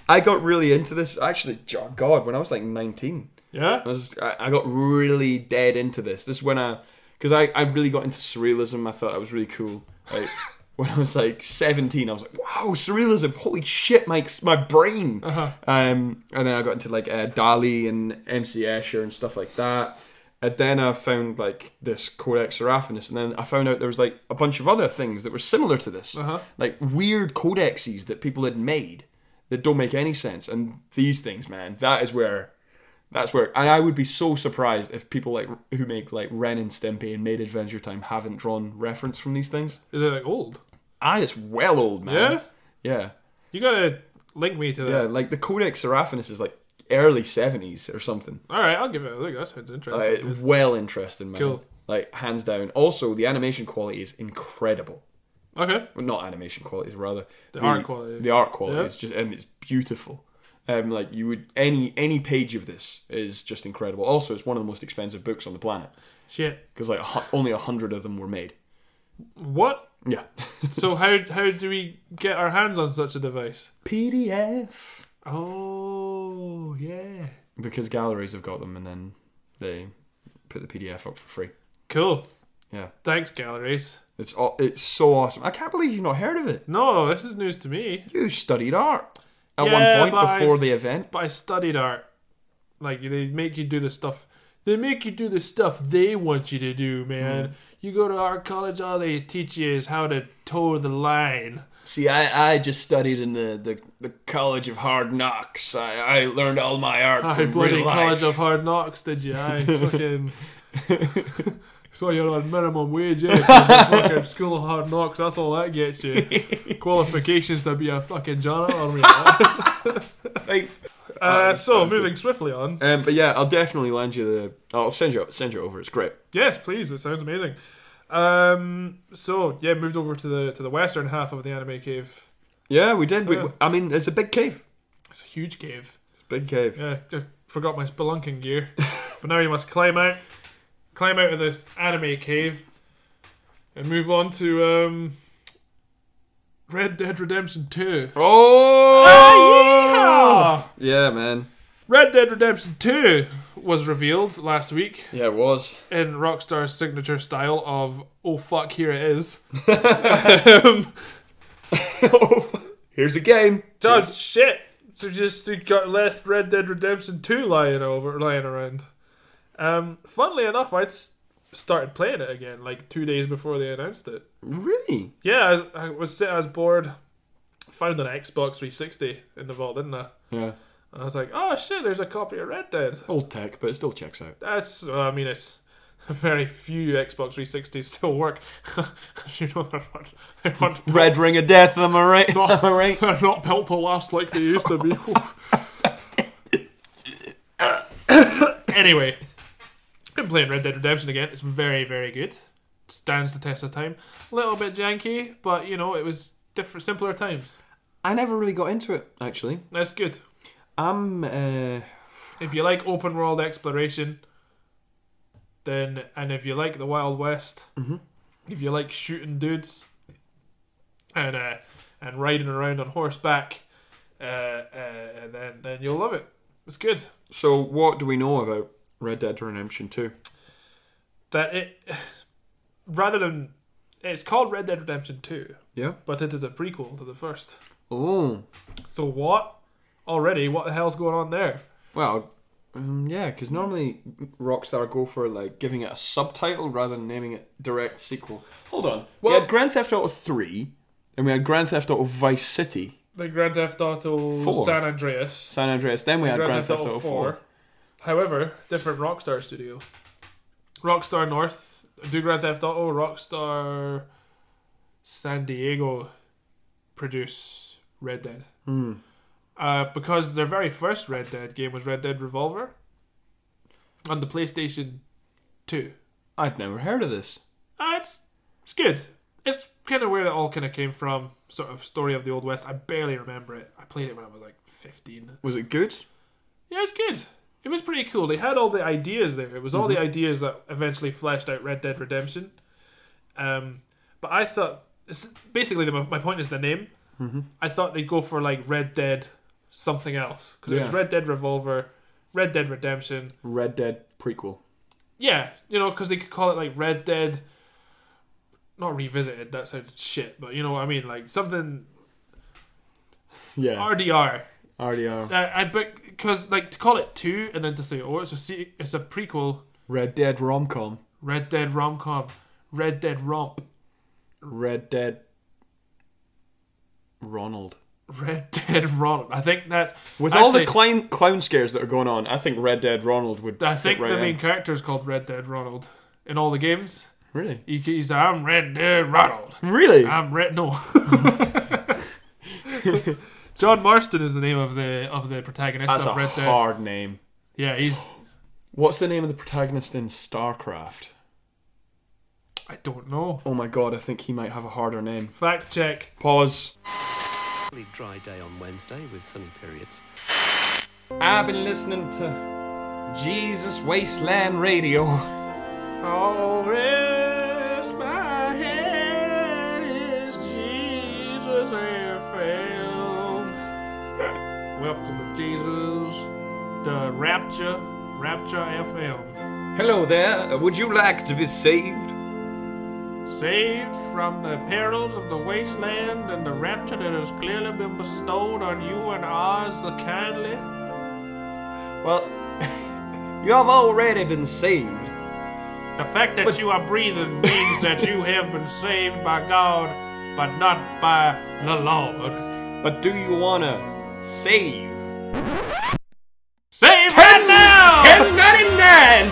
I got really into this actually. oh God, when I was like nineteen, yeah. I was I, I got really dead into this. This is when I because I, I really got into surrealism. I thought that was really cool. Like when I was like seventeen, I was like, wow, surrealism! Holy shit, my my brain. Um, and then I got into like uh, Dali and MC Escher and stuff like that. And then I found like this Codex Seraphinus, and then I found out there was like a bunch of other things that were similar to this, like weird codexes that people had made that don't make any sense. And these things, man, that is where that's where, and I would be so surprised if people like who make like Ren and Stimpy and made Adventure Time haven't drawn reference from these things. Is it like old? I it's well old man. Yeah, You gotta link me to yeah, yeah. that. Like the Codex Seraphinus is like early seventies or something. All right, I'll give it a look. That sounds Uh, interesting. well interesting, man. Cool. Like hands down. Also, the animation quality is incredible. Okay. well, not animation qualities rather the, art quality. the art quality Yeah. is just and it's beautiful um like you would any any page of this is just incredible also it's one of the most expensive books on the planet Shit. because like a hu- only a hundred of them were made What? yeah *laughs* So how how do we get our hands on such a device? pdf Oh yeah. because galleries have got them and then they put the pdf up for free Cool. yeah Thanks, galleries. it's aw- it's so awesome i can't believe you've not heard of it No, this is news to me. you studied art at Yeah, one but I point before s- the event But I studied art. Like they make you do the stuff. They make you do the stuff they want you to do, man. Hmm. You go to art college, all they teach you is how to toe the *laughs* line. See, I, I just studied in the, the, the College of Hard Knocks. I, I learned all my art I from bloody real life. college of hard knocks, did you? *laughs* I fucking. So you're on minimum wage, yeah? 'cause you're fucking school of hard knocks, that's all that gets *laughs* you. Qualifications to be a fucking janitor. or *laughs* whatever. Like, uh, so, sounds good. moving swiftly on. um, but yeah, I'll definitely lend you the. I'll send you send you over. It's great. Yes, please. It sounds amazing. Um, so yeah, moved over to the to the western half of the anime cave. Yeah, we did. We, Yeah. I mean, it's a big cave. It's a huge cave. It's a big cave. Yeah, I forgot my spelunking gear, but now you must climb out, climb out of this anime cave, and move on to um, Red Dead Redemption Two. Oh! yeah, man. Red Dead Redemption 2 was revealed last week Yeah, it was. in Rockstar's signature style of, oh fuck, here it is. um, *laughs* Here's a game. Oh shit! So just you got left Red Dead Redemption Two lying over, lying around. Um, funnily enough, I s- started playing it again like two days before they announced it. Really? Yeah, I, I was sit, I was bored. Found an Xbox 360 in the vault, didn't I? Yeah. I was like, oh shit, there's a copy of Red Dead. Old tech, but it still checks out. That's, uh, I mean, it's *laughs* very few Xbox 360s still work. *laughs* you know, they're not, they're not Red Ring of Death, am I *laughs* right? am I right? They're not built to last like they used to be. anyway, been playing Red Dead Redemption again. It's very, very good. Stands the test of time. A little bit janky, but you know it was different, simpler times. I never really got into it, actually. That's good. I'm. Uh, If you like open world exploration, then and if you like the Wild West, Mm-hmm. if you like shooting dudes, and uh, and riding around on horseback, uh, uh, then then you'll love it. It's good. so, what do we know about Red Dead Redemption 2? that it *sighs* rather than it's called Red Dead Redemption 2, Yeah. but it is a prequel to the first. Oh. So what? Already, what the hell's going on there? Well, um, yeah, because normally Rockstar go for like giving it a subtitle rather than naming it direct sequel. Hold on. we Well- had Grand Theft Auto 3, and we had Grand Theft Auto Vice City, The Grand Theft Auto Four. San Andreas, San Andreas. Then we had Grand, Theft, Auto, 4. 4. However, different Rockstar studio. Rockstar North do Grand Theft Auto, Rockstar San Diego produce Red Dead. Uh, because their very first Red Dead game was Red Dead Revolver on the PlayStation 2. I'd never heard of this. Uh, it's, it's good. It's kind of where it all kind of came from, sort of story of the Old West. I barely remember it. I played it when I was like 15. Was it good? Yeah, it's good. It was pretty cool. They had all the ideas there. It was all the ideas that eventually fleshed out Red Dead Redemption. Um, but I thought it's basically the, my point is the name. I thought they'd go for like Red Dead something else because it was Yeah. Red Dead Revolver, Red Dead Redemption. Red Dead prequel. *laughs* Yeah, you know, because they could call it like Red Dead. Not revisited. That sounds shit, but you know what I mean. Like something Yeah. RDR. RDR. Uh, I but because like to call it two and then to say oh it's a se- it's a prequel. Red Dead rom com. Red Dead Rom Com, Red Dead Romp, *laughs* Red Dead Ronald. Red Dead Romp. I think that's With all actually, the clown, clown scares that are going on, I think Red Dead Ronald would. I fit think right the main in. character is called Red Dead Ronald in all the games. Really? He, he's I'm Red Dead Ronald. Really? I'm Red *laughs* No. John Marston is the name of the of the protagonist That's a of Red Dead. hard name. Yeah, he's What's the name of the protagonist in StarCraft? I don't know. Oh my god, I think he might have a harder name. Fact check. Pause. Partly dry day on Wednesday with sunny periods. I've been listening to Jesus Wasteland Radio. *laughs* All rest my head is Jesus FM. Welcome to Jesus, the Rapture, Rapture FM. Hello there, would you like to be saved? Saved from the perils of the wasteland and the rapture that has clearly been bestowed on you and ours the kindly. Well, *laughs* you have already been saved. The fact that you are breathing means that you have been saved by God, but not by the Lord. But do you wanna save? Save right now! 1099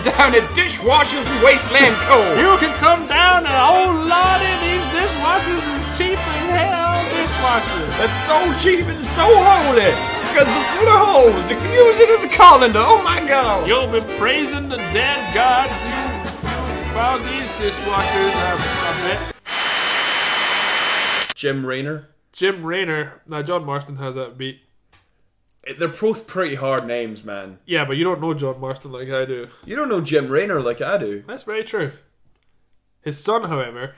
down at Dishwashers and Wasteland Co. You can come down and oh lordy, these dishwashers is cheap as hell dishwashers. That's so cheap and so holy! Because the full of holes, you can use it as a colander, oh my god! You'll be praising the dead God you found these dishwashers, I, I bet. Jim Raynor. Jim Raynor, now John Marston has that beat. Eh, They're both pretty hard names, man. Yeah, but you don't know John Marston like I do. You don't know Jim Raynor like I do. That's very true. His son, however,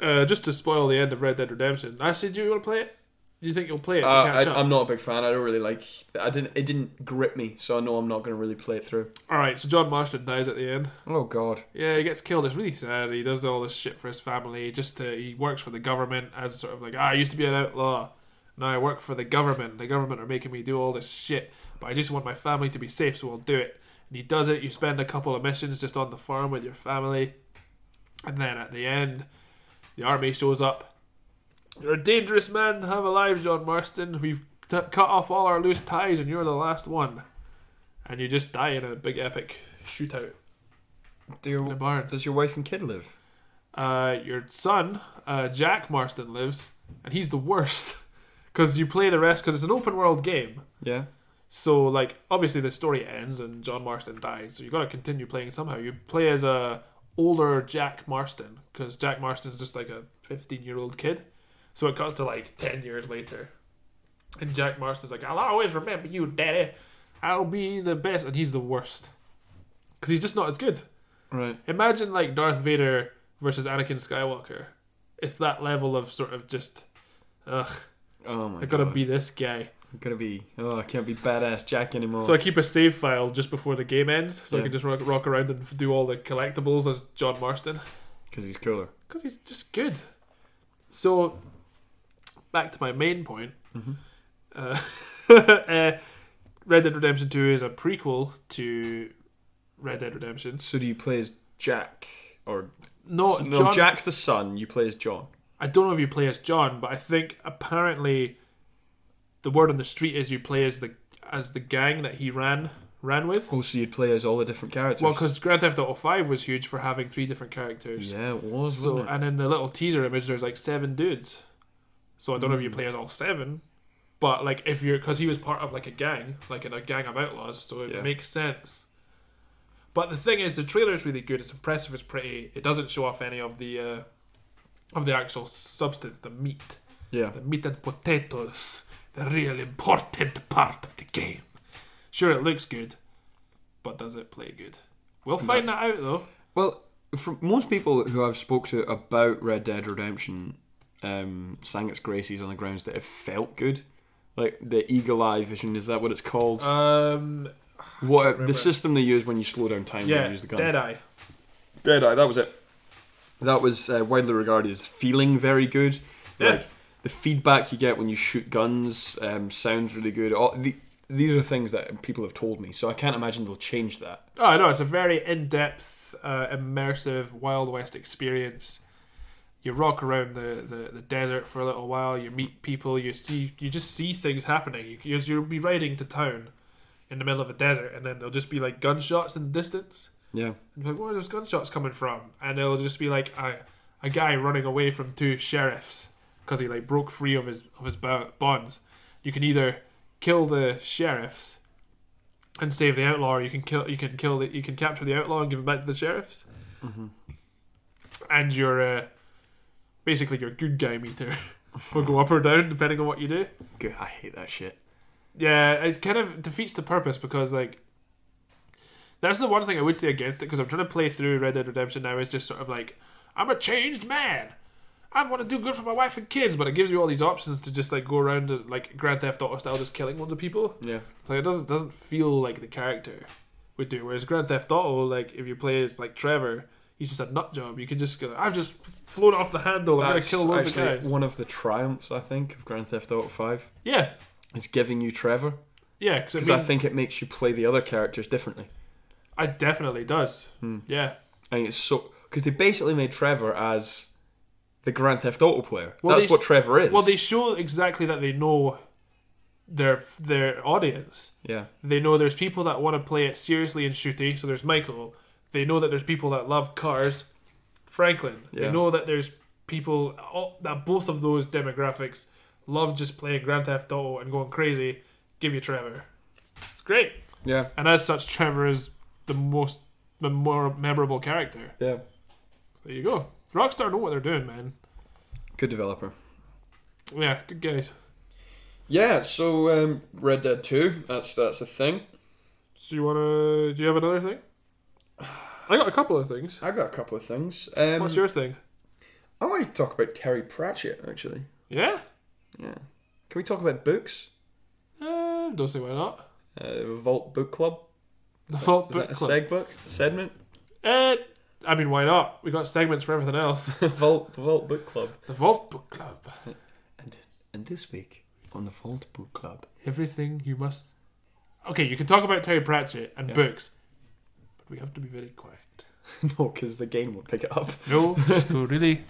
uh, just to spoil the end of Red Dead Redemption, I said, "Do you want to play it? You think you'll play it? to Uh, catch I, up?" I'm not a big fan. I don't really like. I didn't. It didn't grip me, so I know I'm not going to really play it through. All right, so John Marston dies at the end. Oh God. Yeah, he gets killed. It's really sad. He does all this shit for his family. Just to, he works for the government as sort of like, ah, I used to be an outlaw. Now I work for the government. The government are making me do all this shit, but I just want my family to be safe, so I'll do it. And he does it. You spend a couple of missions just on the farm with your family, and then at the end, the army shows up. You're a dangerous man to have alive, John Marston. We've t- cut off all our loose ties, and you're the last one. And you just die in a big epic shootout Do your, in a barn. does your wife and kid live? uh, your son uh, Jack Marston lives, and he's the worst *laughs* because you play the rest because it's an open world game. Yeah. So like obviously the story ends and John Marston dies, so you got to continue playing somehow. You play as a older Jack Marston because Jack Marston's just like a fifteen year old kid, so it cuts to like ten years later, and Jack Marston's like, "I'll always remember you, Daddy. I'll be the best," and he's the worst because he's just not as good. Right. Imagine like Darth Vader versus Anakin Skywalker. It's that level of sort of just, ugh, Oh my I gotta God. be this guy. I'm gonna be. Oh, I can't be badass Jack anymore. So I keep a save file just before the game ends, so I Oh. Yeah. can just rock, rock around and do all the collectibles as John Marston, Because he's cooler. because he's just good. So, back to my main point. Mm-hmm. Uh, *laughs* uh, Red Dead Redemption Two is a prequel to Red Dead Redemption. So do you play as Jack or No, no? Oh, John, Jack's the son. You play as John. I don't know if you play as John, but I think apparently the word on the street is you play as the as the gang that he ran ran with. Oh, so you'd play as all the different characters. Well, because Grand Theft Auto Five was huge for having three different characters. yeah, it was. So wasn't it? and in the little teaser image, there's like seven dudes. So I don't know if you Hmm. play as all seven, but like if you're because he was part of like a gang, like in a gang of outlaws, so it Yeah. makes sense. But the thing is, the trailer is really good. It's impressive. It's pretty. It doesn't show off any of the uh, of the actual substance, the meat yeah. the meat and potatoes, the real important part of the game. Sure, it looks good, but does it play good? We'll find that out though. Well, from most people who I've spoke to about Red Dead Redemption, um, sang its graces on the grounds that it felt good, like the eagle eye vision. Is that what it's called? Um, what the system they use when you slow down time when yeah, you use the gun? Deadeye. Dead Eye. That was it. That was uh, widely regarded as feeling very good. Yeah. Like the feedback you get when you shoot guns um, sounds really good. All, the, these are things that people have told me, so I can't imagine they'll change that. Oh no, it's a very in-depth, uh, immersive Wild West experience. You rock around the, the, the desert for a little while. You meet people. You see. You just see things happening. You, you'll- you'll be riding to town in the middle of a desert, and then there'll just be like gunshots in the distance. Yeah. And like, where are those gunshots coming from? And it'll just be like a, a guy running away from two sheriffs because he like broke free of his of his bo- bonds. You can either kill the sheriffs and save the outlaw, or you can kill you can kill the, you can capture the outlaw and give him back to the sheriffs. and your uh, basically your good guy meter *laughs* will go up or down depending on what you do. Good, I hate that shit. Yeah, it kind of defeats the purpose because like that's the one thing I would say against it because I'm trying to play through Red Dead Redemption now. It's just sort of like I'm a changed man. I want to do good for my wife and kids, but it gives you all these options to just like go around uh, like Grand Theft Auto style, just killing loads of people. Yeah. So it doesn't doesn't feel like the character would do. Whereas Grand Theft Auto, like if you play as like Trevor, he's just a nut job. You can just go, I've just flown off the handle. I'm gonna That's kill loads of actually guys. one of the triumphs I think of Grand Theft Auto Five Yeah, is giving you Trevor yeah. Because because I think it makes you play the other characters differently. I definitely does. Hmm. Yeah. I think it's so because they basically made Trevor as the Grand Theft Auto player. Well, That's they- what Trevor is. Well, they show exactly that they know their their audience. yeah. They know there's people that want to play it seriously and shooty. So there's Michael. They know that there's people that love cars. Franklin. Yeah. They know that there's people all, that both of those demographics love just playing Grand Theft Auto and going crazy. Give you Trevor. It's great. Yeah. And as such, Trevor is the most the more memorable character. Yeah. There you go. Rockstar know what they're doing, man. Good developer. Yeah, good guys. Yeah, so um, Red Dead Two. That's that's a thing. So you wanna? Do you have another thing? I got a couple of things. I got a couple of things. Um, What's your thing? I want to talk about Terry Pratchett actually. Yeah. Yeah. Can we talk about books? Uh, don't see why not. Uh, Vault Book Club. The Vault Is Book that a Club. seg book? *laughs* Segment? Uh, I mean, why not? We got segments for everything else. *laughs* Vault Vault Book Club. the Vault Book Club. And and this week on the Vault Book Club. *laughs* Everything you must. Okay, you can talk about Terry Pratchett and books, but we have to be very quiet. no, because the game won't pick it up. No, just go really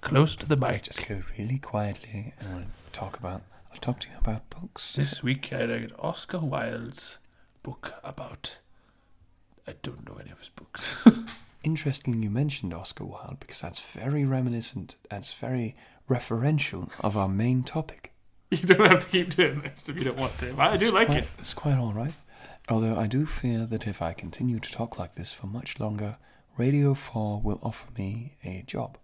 close to the mic. Just go really quietly and we'll talk about. I'll talk to you about books. This week I read Oscar Wilde's book about. I don't know any of his books. Interesting you mentioned Oscar Wilde because that's very reminiscent, that's very referential of our main topic. *laughs* you don't have to keep doing this if you don't want to, but I do like quite, it. It's quite all right. Although I do fear that if I continue to talk like this for much longer, Radio 4 will offer me a job.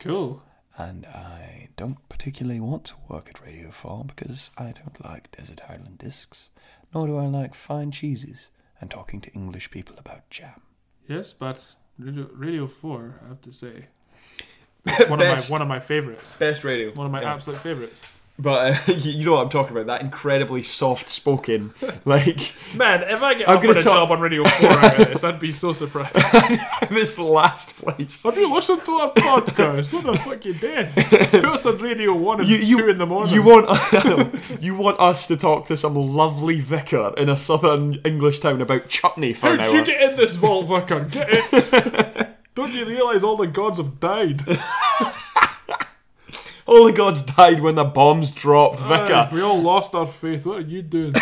Cool. And I don't particularly want to work at Radio 4 because I don't like Desert Island discs, nor do I like fine cheeses and talking to English people about jam. Yes, but Radio, Radio Four, I have to say, it's one of my Best. one of my favorites. Best radio. One of my Yeah. absolute favorites. But uh, *laughs* you, you know what I'm talking about. That incredibly soft spoken. *laughs* like, Man, if I get I'm offered gonna a talk- job on Radio Four, out of this, I'd be so surprised. this last place. *laughs* Have you listened to our podcast? What the fuck you *laughs* did? Put us on Radio One at You, you, two in the morning. you want *laughs* I know. you want us to talk to some lovely vicar in a southern English town about chutney for an How'd you hour? get in this vault, Vicar? Get it? *laughs* Don't you realise all the gods have died? All the gods died when the bombs Oh, dropped, vicar. Aye, we all lost our faith. What are you doing?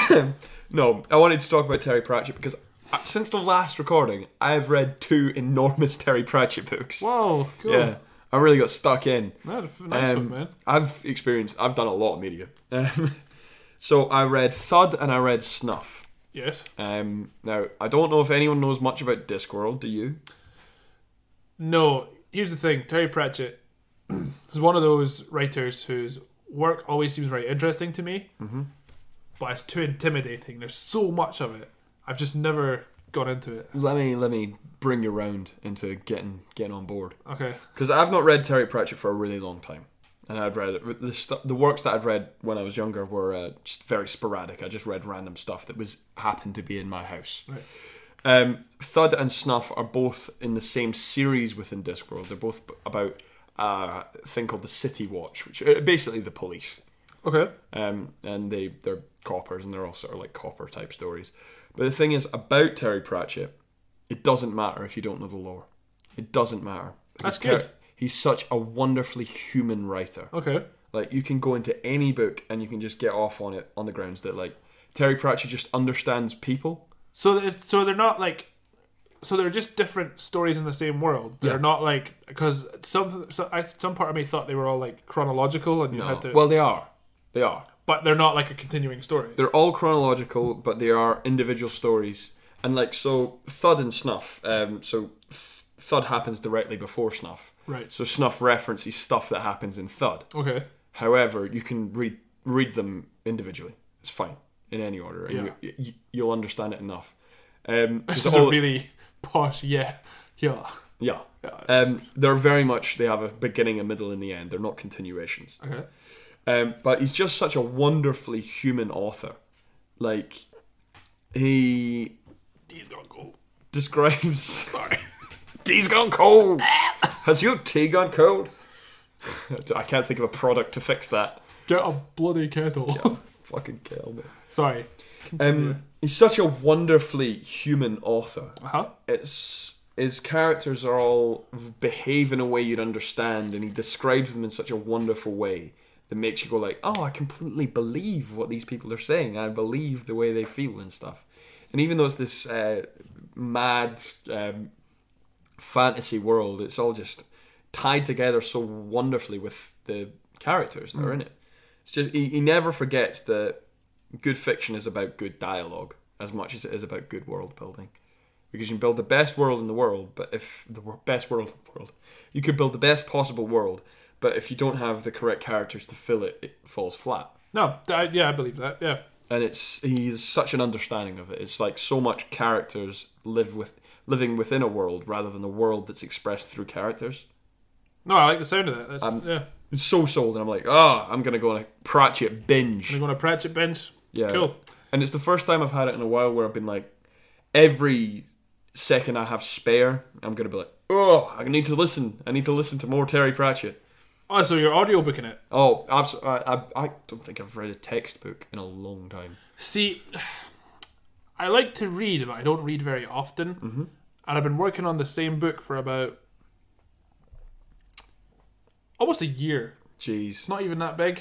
No, I wanted to talk about Terry Pratchett because uh, since the last recording, I have read two enormous *laughs* Terry Pratchett books. Wow, cool. Yeah, I really got stuck in. Man, nice Um, one, man. I've experienced. I've done a lot of media. Um, *laughs* so I read Thud and I read Snuff. Yes. Um, now I don't know if anyone knows much about Discworld. Do you? No, here's the thing. Terry Pratchett *clears throat* is one of those writers whose work always seems very interesting to me, mm-hmm. but it's too intimidating. There's so much of it. I've just never got into it. Let me let me bring you round into getting getting on board Okay. because I've not read Terry Pratchett for a really long time. And I'd read it. The, stu the works that I'd read when I was younger were uh, just very sporadic. I just read random stuff that was happened to be in my house. Right. Um, Thud and Snuff are both in the same series within Discworld. They're both b- about uh, a thing called the City Watch, which are basically the police. Okay. Um, and they they're coppers, and they're all sort of like copper type stories. But the thing is about Terry Pratchett, it doesn't matter if you don't know the lore. It doesn't matter. That's Because good. Oh. he's such a wonderfully human writer. Okay. Like you can go into any book and you can just get off on it on the grounds that like Terry Pratchett just understands people. So it's, so they're not like so they're just different stories in the same world. They're Yeah. not like because some so I, some part of me thought they were all like chronological and you No. had to Well, they are. They are. but they're not like a continuing story. They're all chronological, but they are individual stories. And like so, Thud and Snuff. Um, so Th- Thud happens directly before Snuff. Right. So Snuff references stuff that happens in Thud. Okay. However, you can read read them individually. It's fine in any order, and Yeah. you, you, you'll understand it enough. Um, *laughs* 'cause This is all- a really posh. Yeah. Yeah. yeah. Yeah, it's- Um, they're very much they have a beginning, a middle, and the end. They're not continuations. Okay. Um, but he's just such a wonderfully human author. Like he He's gonna go. describes. *laughs* Sorry. Tea's gone cold. Has your tea gone cold? I can't think of a product to fix *laughs* that. Get a bloody kettle. Fucking kill me. *laughs* Sorry. Um, he's such a wonderfully human author. Huh? It's his characters are all behave in a way you'd understand, and he describes them in such a wonderful way that makes you go like, "Oh, I completely believe what these people are saying. I believe the way they feel and stuff." And even though it's this uh, mad um, fantasy world, it's all just tied together so wonderfully with the characters that are in it. It's just he, he never forgets that good fiction is about good dialogue as much as it is about good world building. Because you can build the best world in the world, but if the wor- best world in the world, you could build the best possible world, but if you don't have the correct characters to fill it, it falls flat. No. I, yeah, I believe that. Yeah. And it's he's such an understanding of it. It's like so much characters live with living within a world rather than the world that's expressed through characters. No, I like the sound of that. That's, yeah. It's so sold, and I'm like, ah, I'm gonna go on a Pratchett binge. We're gonna Pratchett bench. Yeah. Cool. And it's the first time I've had it in a while where I've been like, every second I have spare, I'm gonna be like, oh, I need to listen. I need to listen to more Terry Pratchett. Oh, so you're audiobooking it. Oh, abs- I, I, I don't think I've read a textbook in a long time. See, I like to read, but I don't read very often. And I've been working on the same book for about almost a year. It's Jeez. not even that big.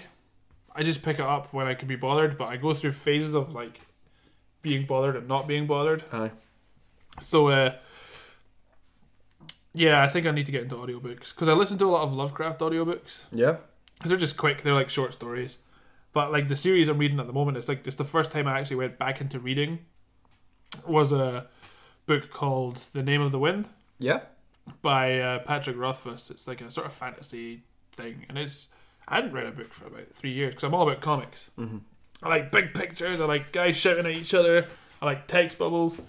I just pick it up when I can be bothered, but I go through phases of like being bothered and not being bothered. Aye. So, uh, yeah, I think I need to get into audiobooks because I listen to a lot of Lovecraft audiobooks Yeah. because they're just quick. They're like short stories. But like the series I'm reading at the moment, it's like it's the first time I actually went back into reading was a book called The Name of the Wind Yeah. by uh, Patrick Rothfuss. It's like a sort of fantasy thing, and it's I hadn't read a book for about three years because I'm all about comics. Mm-hmm. I like big pictures. I like guys shouting at each other. I like text bubbles.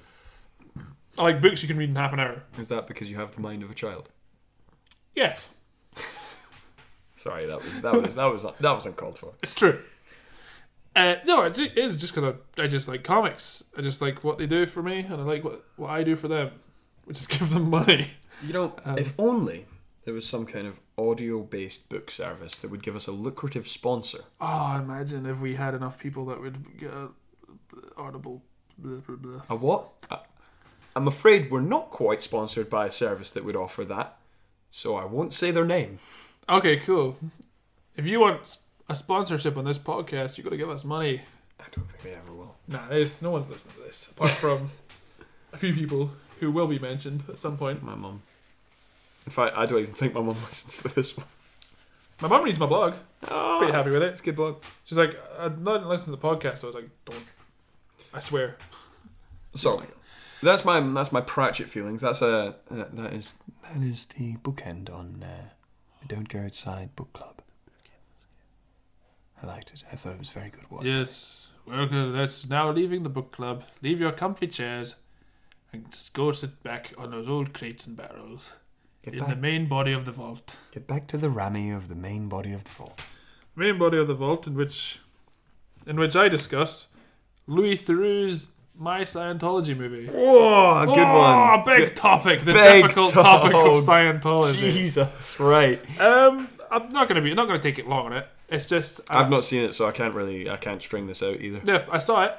I like books you can read in half an hour. Is that because you have the mind of a child? Yes, Sorry, that was that was that was that was uncalled for. It's true. Uh, no, it ju- it is just because I, I just like comics. I just like what they do for me, and I like what, what I do for them, which is *laughs* give them money. You know, if only there was some kind of audio-based book service that would give us a lucrative sponsor. Oh, imagine if we had enough people that would get a, uh, audible. Blah, blah, blah. A what? I- Uh, I'm afraid we're not quite sponsored by a service that would offer that, so I won't say their name. Okay, cool. If you want s- a sponsorship on this podcast, you got to give us money. I don't think they ever will. Nah, there's no one's listening to this *laughs* apart from a few people who will be mentioned at some point. My mum. In fact, I don't even think my mum *laughs* listens to this one. My mum reads my blog. Pretty happy with it. It's a good blog. She's like, I'm not listening to the podcast. So I was like, don't. I swear. So, that's my that's my Pratchett feelings. That's a uh, that is That is the bookend on uh, the Don't Go Outside Book Club. I liked it. I thought it was very good work. Yes. Welcome. That's now leaving the book club. Leave your comfy chairs and just go sit back on those old crates and barrels Get in back, the main body of the vault. get back to the rammy of the main body of the vault. Main body of the vault in which, in which I discuss Louis Theroux's My Scientology movie. oh, a good Oh, one. big topic. The big difficult to- topic oh, of Scientology. Jesus, right. Um, I'm not gonna be. I'm not gonna take it long on it. It's just I- I've not seen it, so I can't really I can't string this out either. Yeah, I saw it.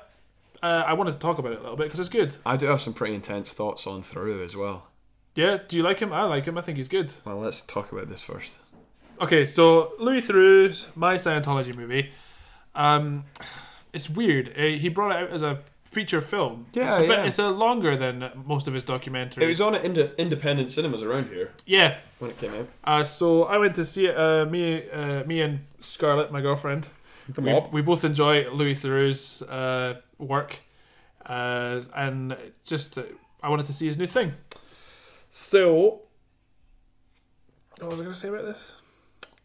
Uh, I wanted to talk about it a little bit because it's good. I do have some pretty intense thoughts on Thoreau as well. Yeah, do you like him? I like him. I think he's good. Well, let's talk about this first. Okay, so Louis Theroux's My Scientology movie. Um, it's weird. Uh, he brought it out as a feature film. Yeah, it's a, bit- yeah. it's a longer than most of his documentaries. It was on at ind- independent cinemas around here yeah. when it came out. Uh, so I went to see it. Uh, me, uh, me and Scarlett, my girlfriend. The we, we both enjoy Louis Theroux's uh, work, uh, and just uh, I wanted to see his new thing. So What was I gonna say about this?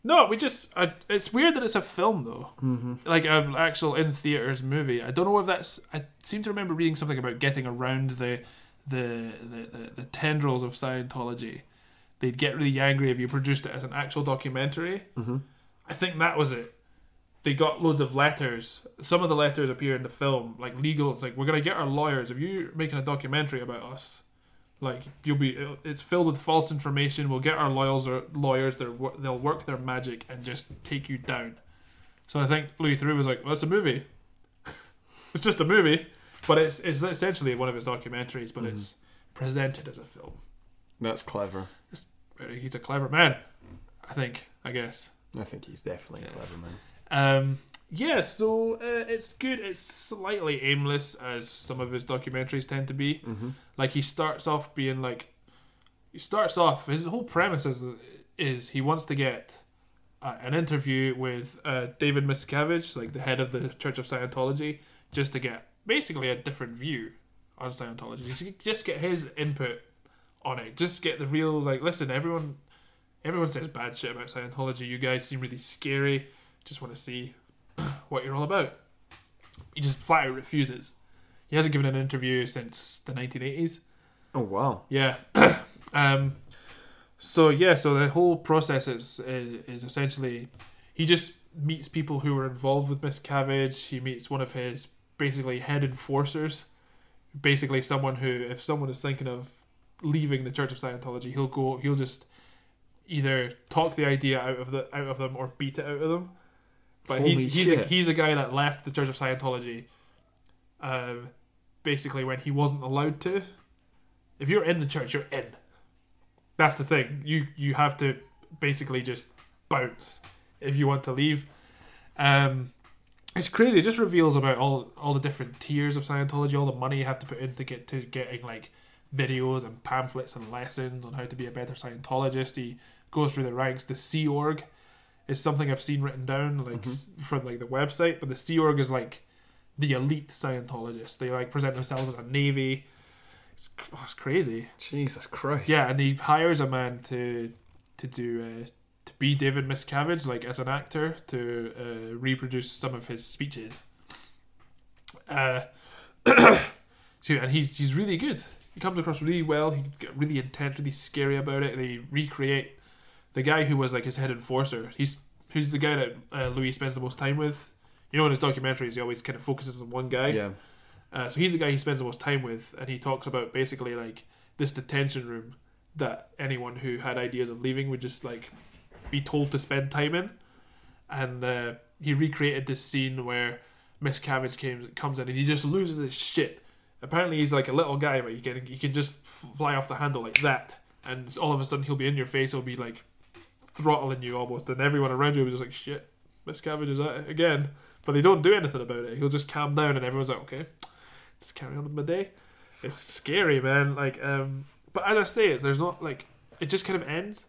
No, we just. I, it's weird that it's a film though, mm-hmm. like an actual in theaters movie. I don't know if that's. I seem to remember reading something about getting around the the the, the, the tendrils of Scientology. They'd get really angry if you produced it as an actual documentary. Mm-hmm. I think that was it. They got loads of letters. Some of the letters appear in the film, like legal. It's like we're gonna get our lawyers if you're making a documentary about us like you'll be it's filled with false information we'll get our lawyers or lawyers they're, they'll work their magic and just take you down so i think louis through was like well it's a movie *laughs* it's just a movie but it's it's essentially one of his documentaries but it's presented as a film That's clever. he's a clever man i think i guess I think he's definitely a clever man. um yeah so uh, it's good it's slightly aimless as some of his documentaries tend to be like he starts off being like he starts off his whole premise is, is he wants to get uh, an interview with uh, david miscavige like the head of the church of scientology just to get basically a different view on scientology just, just get his input on it just get the real like listen everyone everyone says bad shit about scientology you guys seem really scary just want to see *clears throat* what you're all about he just flat out refuses he hasn't given an interview since the 1980s Oh wow! yeah. *clears throat* um, so yeah, so the whole process is, is is essentially he just meets people who were involved with Miscavige. He meets one of his basically head enforcers, basically someone who, if someone is thinking of leaving the Church of Scientology, he'll go. He'll just either talk the idea out of the out of them or beat it out of them. But he, Holy he's a, shit. he's a guy that left the Church of Scientology, um, basically when he wasn't allowed to if you're in the church, you're in. That's the thing. You you have to basically just bounce if you want to leave. Um, it's crazy. It just reveals about all all the different tiers of Scientology, all the money you have to put in to get to getting like videos and pamphlets and lessons on how to be a better Scientologist. He goes through the ranks. The Sea Org is something I've seen written down like s- from like the website, but the Sea Org is like the elite Scientologists. They like present themselves as a navy. It's, cr- oh, it's crazy. Jesus Christ! Yeah, and he hires a man to to do uh, to be David Miscavige, like as an actor, to uh, reproduce some of his speeches. Uh, *coughs* so- and he's he's really good. He comes across really well. He got really intense, really scary about it. They recreate the guy who was like his head enforcer. He's who's the guy that uh, Louis spends the most time with. You know, in his documentaries, he always kind of focuses on one guy. yeah. Uh, so he's the guy he spends the most time with, and he talks about basically like this detention room that anyone who had ideas of leaving would just like be told to spend time in. And uh, he recreated this scene where Miss Cavage came, comes in and he just loses his shit. Apparently, he's like a little guy, but you can you can just f- fly off the handle like that, and all of a sudden he'll be in your face. He'll be like throttling you almost, and everyone around you will be just like, "Shit, Miss Cavage is at it again." But they don't do anything about it. He'll just calm down, and everyone's like, "Okay, just carry on with my day. It's scary, man. Like, um, but as I say, it's there's not like it just kind of ends.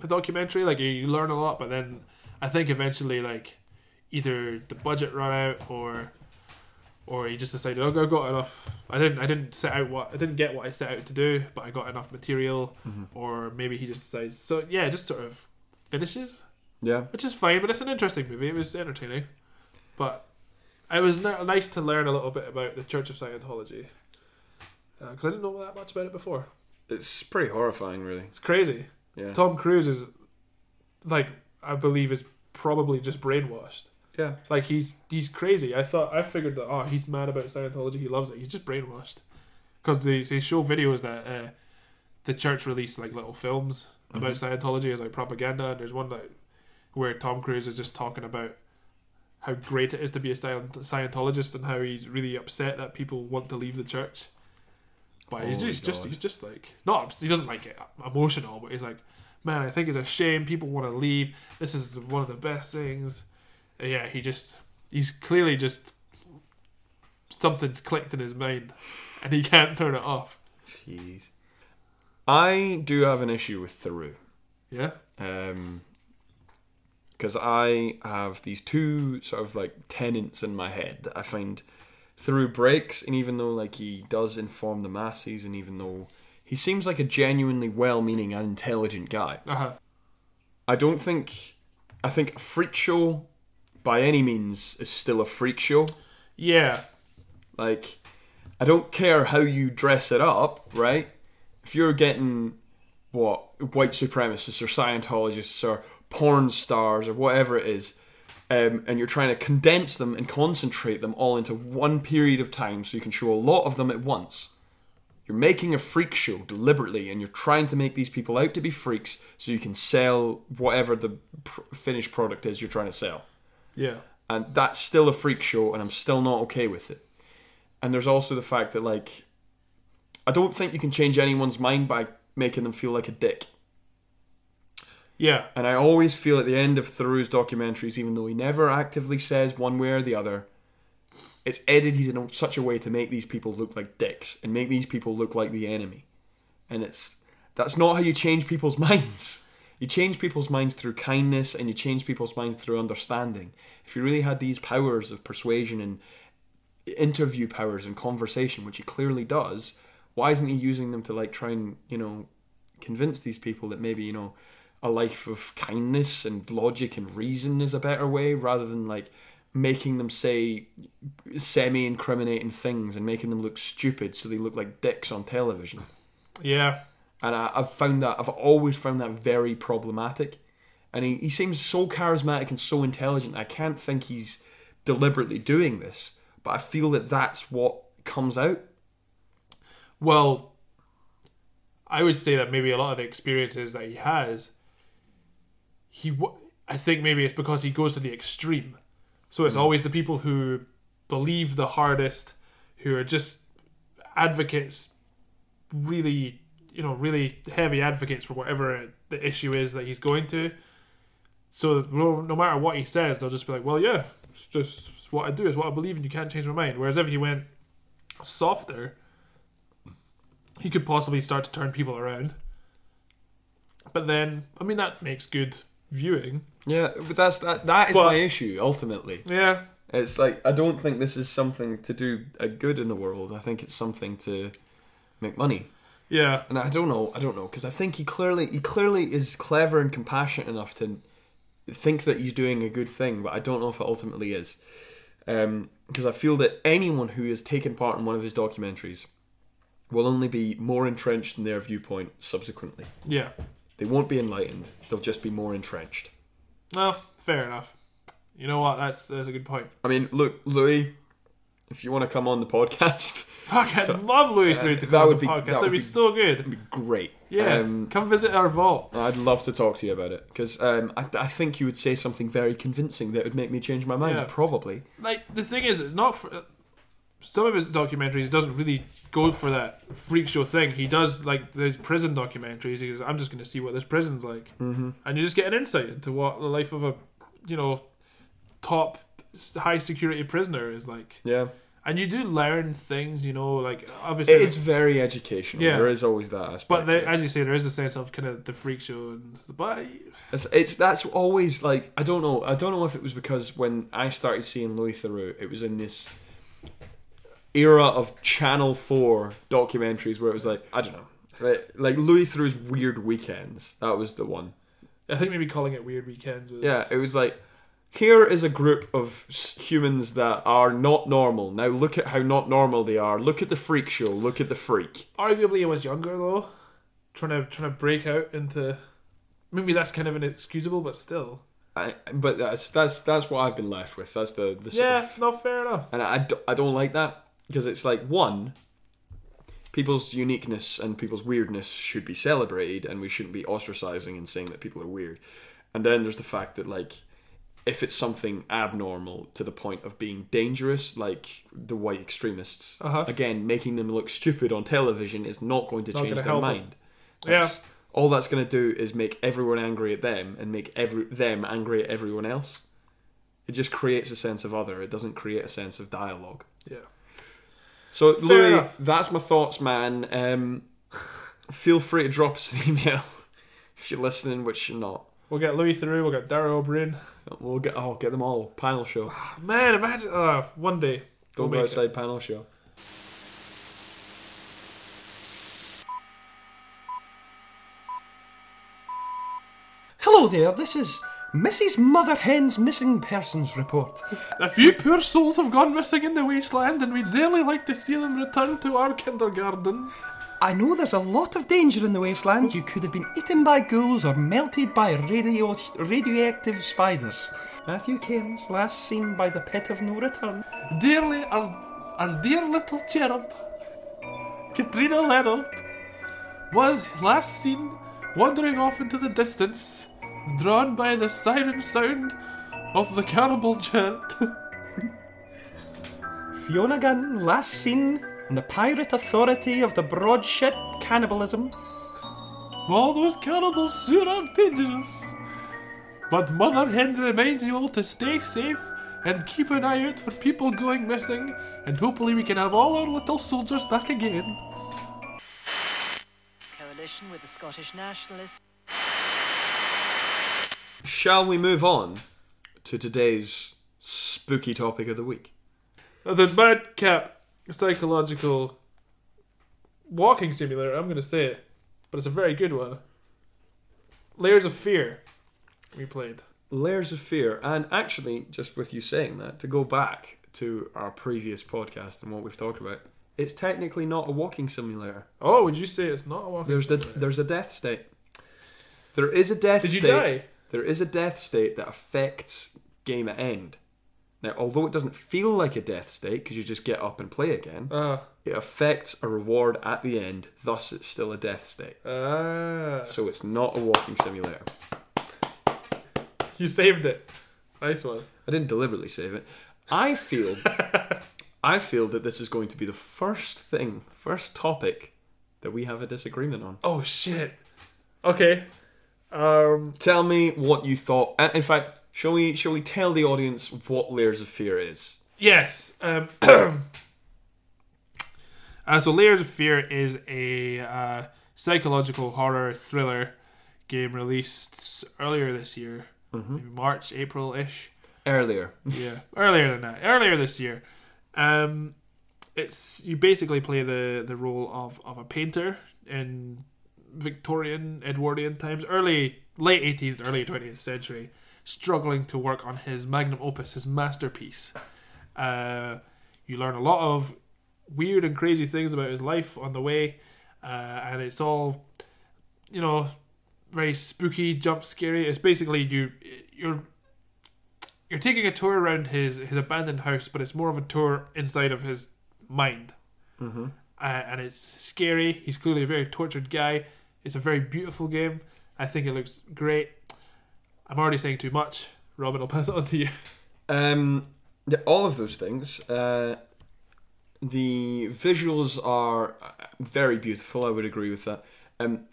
The documentary, like you, you learn a lot, but then I think eventually, like either the budget ran out or or he just decided, oh, I got enough. I didn't, I didn't set out what I didn't get what I set out to do, but I got enough material, Mm-hmm. or maybe he just decides. So yeah, it just sort of finishes Yeah. which is fine. But it's an interesting movie. It was entertaining, but it was ni- nice to learn a little bit about the Church of Scientology because I didn't know that much about it before. It's pretty horrifying, really. It's crazy. Yeah. Tom Cruise is like I believe is probably just brainwashed. Yeah. Like he's he's crazy. I thought I figured that oh he's mad about Scientology. He loves it. He's just brainwashed because they, they show videos that uh, the church released like little films Mm-hmm. about Scientology as like propaganda. And there's one that where Tom Cruise is just talking about how great it is to be a Scient- Scientologist and how he's really upset that people want to leave the church. But he's Oh my just, just God. he's just like not ups- he doesn't like get emotional, but he's like, man, I think it's a shame people want to leave. This is one of the best things. Uh, Yeah, he just he's clearly just something's clicked in his mind, and he can't turn it off. Jeez. I do have an issue with Theroux. Yeah, Um 'cause because I have these two sort of like tenets in my head that I find through breaks, and even though like he does inform the masses, and even though He seems like a genuinely well-meaning and intelligent guy. Uh huh. I don't think. I think a freak show, by any means, is still a freak show. Yeah. Like, I don't care how you dress it up, right? If you're getting what white supremacists or Scientologists or porn stars or whatever it is, um, and you're trying to condense them and concentrate them all into one period of time so you can show a lot of them at once. You're making a freak show deliberately, and you're trying to make these people out to be freaks so you can sell whatever the pr- finished product is you're trying to sell Yeah. and that's still a freak show and i'm still not okay with it and there's also the fact that like i don't think you can change anyone's mind by making them feel like a dick Yeah. and i always feel at the end of thoreau's documentaries even though he never actively says one way or the other it's edited in such a way to make these people look like dicks and make these people look like the enemy and it's that's not how you change people's *laughs* minds you change people's minds through kindness and you change people's minds through understanding if you really had these powers of persuasion and interview powers and conversation which he clearly does why isn't he using them to like try and you know convince these people that maybe you know a life of kindness and logic and reason is a better way rather than like making them say semi incriminating things and making them look stupid so they look like dicks on television Yeah. and I, I've found that I've always found that very problematic. And he, he seems so charismatic and so intelligent. I can't think he's deliberately doing this, but I feel that that's what comes out. Well, I would say that maybe a lot of the experiences that he has, he w- I think maybe it's because he goes to the extreme. So it's always the people who believe the hardest, who are just advocates, really, you know, really heavy advocates for whatever the issue is that he's going to. So that no, no matter what he says, they'll just be like, "Well, yeah, it's just it's what I do, it's what I believe, and you can't change my mind." Whereas if he went softer, he could possibly start to turn people around. But then, I mean, that makes good viewing. Yeah, but that's that. That is But- my issue ultimately. Yeah, It's like I don't think this is something to do a good in the world. I think it's something to make money. yeah, and I don't know, I don't know, because I think he clearly, he clearly is clever and compassionate enough to think that he's doing a good thing, but I don't know if it ultimately is, because I feel that anyone who has taken part in one of his documentaries will only be more entrenched in their viewpoint subsequently. yeah. They won't be enlightened; they'll just be more entrenched. Well, fair enough. You know what? That's that's a good point. *laughs* I mean, look, Louis, if you want to come on the podcast, *laughs* Fuck, I'd love Louis uh, Theroux to that come on would the be- podcast. that That'd would be be- so good. it'd be great. Yeah, Um, come visit our vault. I'd love to talk to you about it because um, I, I think you would say something very convincing that would make me change my mind. Yeah. Probably. Like the thing is, not for some of his documentaries doesn't really go for that freak show thing. He does like those prison documentaries. He goes, "I'm just going to see what this prison's like," mm-hmm. and you just get an insight into what the life of a you know top high security prisoner is like. Yeah, and you do learn things, you know, like obviously. it's very educational. Yeah. There is always that aspect. but to there, it. as you say, there is a sense of kind of the freak show, and but it's, it's that's always like I don't know. I don't know if it was because when I started seeing Louis Theroux, it was in this era of Channel Four documentaries where it was like I don't know, like, like Louis Theroux's Weird Weekends. That was the one. I think maybe calling it weird weekends was Yeah, it was like, here is a group of s- humans that are not normal. Now look at how not normal they are. Look at the freak show. Look at the freak. Arguably, I was younger though, trying to trying to break out into. Maybe that's kind of inexcusable, but still. I, but that's that's that's what I've been left with. That's the the sort Yeah, of, not fair enough. and I, do- I don't like that because it's like one, people's uniqueness and people's weirdness should be celebrated, and we shouldn't be ostracizing and saying that people are weird. And then there's the fact that like if it's something abnormal to the point of being dangerous, like the white extremists, Uh-huh. again, making them look stupid on television is not going to Not change gonna their help 'em. mind. That's- All that's going to do is make everyone angry at them and make every them angry at everyone else. It just creates a sense of other. It doesn't create a sense of dialogue. Yeah. So, Louis, enough. that's my thoughts, man. Um, feel free to drop us an *laughs* email if you're listening, which you're not. We'll get Louis Theroux, we'll get Daryl O'Brien. We'll get oh, get them all. Panel show. Man, imagine. Uh, one day. we'll Don't go make it. outside panel show. Hello there, this is Mrs. Mother Hen's Missing Persons Report. A few poor souls have gone missing in the wasteland, and we'd dearly like to see them returned to our kindergarten. I know there's a lot of danger in the wasteland. You could have been eaten by ghouls or melted by radio- radioactive spiders. Matthew Cairns, last seen by the pit of no return. Dearly, our, our dear little cherub, Katrina Leonard, was last seen wandering off into the distance, drawn by the siren sound of the cannibal chant. *laughs* Fiona Gunn, last seen on the pirate authority of the broad ship cannibalism. all those cannibals sure are dangerous. But Mother Hen reminds you all to stay safe and keep an eye out for people going missing, and hopefully we can have all our little soldiers back again. coalition with the Scottish Nationalists. Shall we move on to today's spooky topic of the week? The Madcap Psychological Walking Simulator, I'm going to say it, but it's a very good one. Layers of Fear, we played. Layers of fear, and actually, just with you saying that, to go back to our previous podcast and what we've talked about, it's technically not a walking simulator. Oh, would you say it's not a walking There's the simulator? there's a death state. There is a death Did you state. die? There is a death state that affects game at end. Now, although it doesn't feel like a death state because you just get up and play again, Ah, it affects a reward at the end. Thus, it's still a death state. ah. So it's not a walking simulator. You saved it. Nice one. I didn't deliberately save it. I feel, I feel that this is going to be the first thing, first topic that we have a disagreement on. Oh shit. Okay. Um Tell me what you thought. uh, In fact, shall we shall we tell the audience what Layers of Fear is? yes. Um *clears throat* uh, so Layers of Fear is a uh, psychological horror thriller game released earlier this year. Maybe March, April ish. Earlier, *laughs* yeah, earlier than that, earlier this year. Um, it's you basically play the the role of of a painter in Victorian Edwardian times, early late eighteenth, early twentieth century, struggling to work on his magnum opus, his masterpiece. Uh, you learn a lot of weird and crazy things about his life on the way, uh, and it's all, you know, very spooky, jump scary. It's basically you you're you're taking a tour around his his abandoned house, but it's more of a tour inside of his mind, mm-hmm. uh, and it's scary. He's clearly a very tortured guy. It's a very beautiful game. I think it looks great. I'm already saying too much. Robin, I'll pass it on to you. um, the, all of those things. Uh, the visuals are uh, very beautiful. I would agree with that. Um,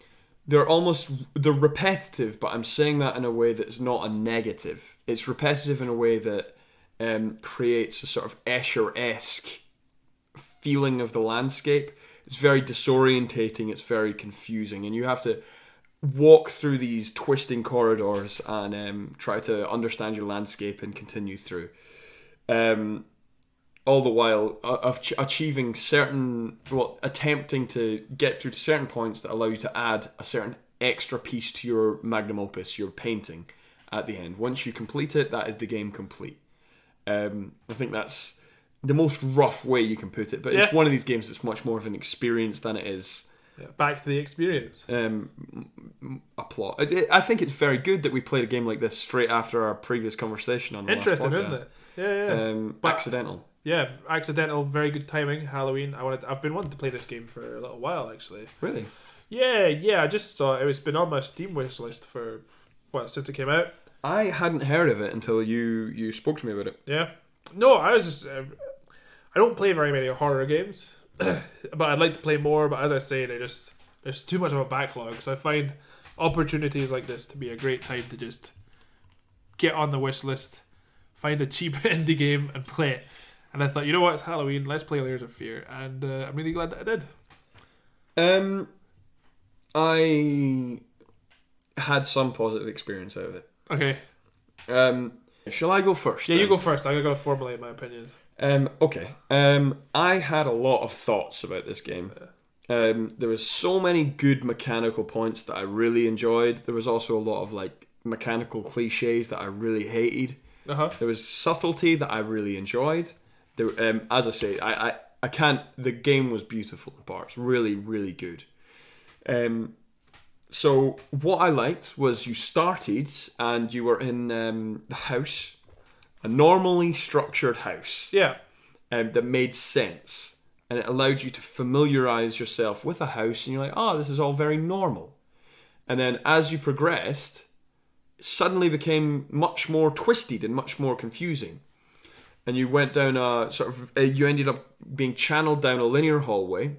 they're almost they're repetitive, but I'm saying that in a way that's not a negative. It's repetitive in a way that um, creates a sort of Escher esque feeling of the landscape. It's very disorientating. It's very confusing, and you have to walk through these twisting corridors and um, try to understand your landscape and continue through. Um, all the while uh, of ch- achieving certain, well, attempting to get through to certain points that allow you to add a certain extra piece to your magnum opus, your painting, at the end. Once you complete it, that is the game complete. Um, I think that's the most rough way you can put it, but it's Yeah. one of these games that's much more of an experience than it is Back to the experience. um, m- m- a plot. I, I think it's very good that we played a game like this straight after our previous conversation on the Interesting, last isn't podcast. it? Uh, Yeah, yeah, yeah. Um, But- accidental. yeah. Accidental, very good timing. Halloween. I wanted. I've been wanting to play this game for a little while, actually. Really? Yeah, yeah. I just saw it. It's been on my Steam wish list for what since it came out. I hadn't heard of it until you you spoke to me about it. Yeah. No, I was just. Uh, I don't play very many horror games, *clears throat* but I'd like to play more. But as I say, they just there's too much of a backlog, so I find opportunities like this to be a great time to just get on the wish list, find a cheap *laughs* indie game, and play it. And I thought, you know what, it's Halloween. Let's play Layers of Fear, and uh, I'm really glad that I did. Um, I had some positive experience out of it. Okay, Um, shall I go first? yeah, you then? go first. I'm gonna formulate my opinions. Um, okay. Um, I had a lot of thoughts about this game. Um, there was so many good mechanical points that I really enjoyed. There was also a lot of like mechanical cliches that I really hated. Uh huh. There was subtlety that I really enjoyed. There, um, as I say, I, I, I can't. The game was beautiful in parts, really, really good. Um, so what I liked was you started and you were in um, the house, a normally structured house Yeah. um, that made sense. And it allowed you to familiarize yourself with a house, and you're like, oh, this is all very normal. And then as you progressed, it suddenly became much more twisted and much more confusing. And you went down a sort of, uh, you ended up being channeled down a linear hallway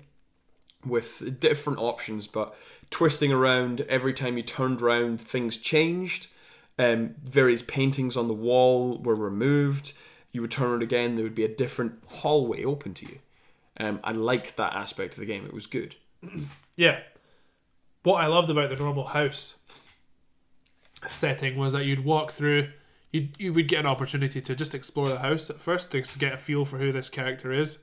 with different options, but twisting around every time you turned around, things changed. Um, various paintings on the wall were removed. You would turn around again, there would be a different hallway open to you. Um, I liked that aspect of the game. It was good. Yeah. What I loved about the normal house setting was that you'd walk through, you you would get an opportunity to just explore the house at first to get a feel for who this character is.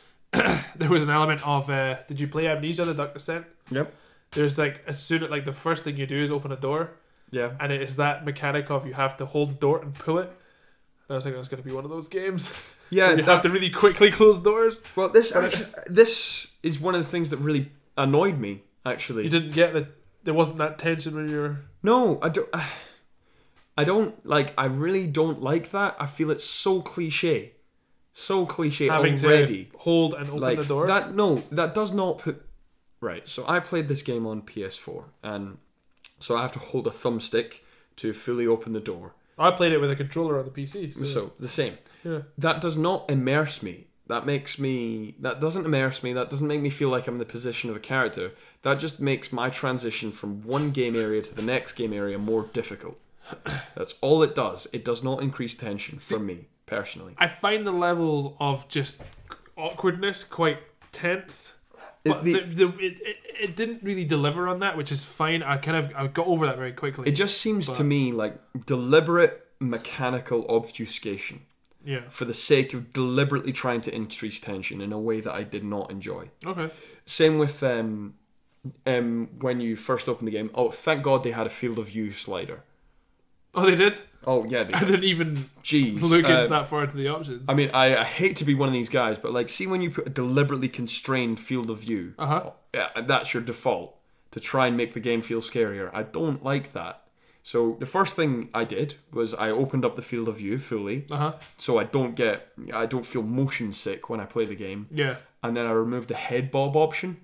*clears throat* there was an element of, uh, did you play Amnesia: The Dark Descent? Yep. There's like as soon like the first thing you do is open a door, Yeah. and it is that mechanic of you have to hold the door and pull it. And I was thinking that's going to be one of those games. *laughs* Yeah. where you have to really quickly *laughs* close doors. well, this this is one of the things that really annoyed me. Actually, You didn't get the there wasn't that tension when you were No, I don't. uh, I don't like. I really don't like that. I feel it's so cliche, so cliche having already. to hold and open like the door. that. No, that does not put. Right. So I played this game on PS4, and so I have to hold a thumbstick to fully open the door. I played it with a controller on the PC. So, So the same. yeah. That does not immerse me. That makes me. That doesn't immerse me. That doesn't make me feel like I'm in the position of a character. That just makes my transition from one game area to the next game area more difficult. *coughs* That's all it does. It does not increase tension for me personally. I find the levels of just awkwardness quite tense. But the- the, the, it, it, it didn't really deliver on that, which is fine. I kind of I got over that very quickly. It just seems to me like deliberate mechanical obfuscation yeah. for the sake of deliberately trying to increase tension in a way that I did not enjoy. Okay. Same with um, um, when you first open the game. Oh, thank God they had a field of view slider. Oh, they did. *laughs* Oh yeah, I they, didn't even jeez. look Uh, at that far into the options. I mean, I, I hate to be one of these guys, but like, see when you put a deliberately constrained field of view, Uh huh. yeah, and that's your default to try and make the game feel scarier. I don't like that. So the first thing I did was I opened up the field of view fully, Uh huh. so I don't get, I don't feel motion sick when I play the game. Yeah. *laughs* And then I removed the head bob option.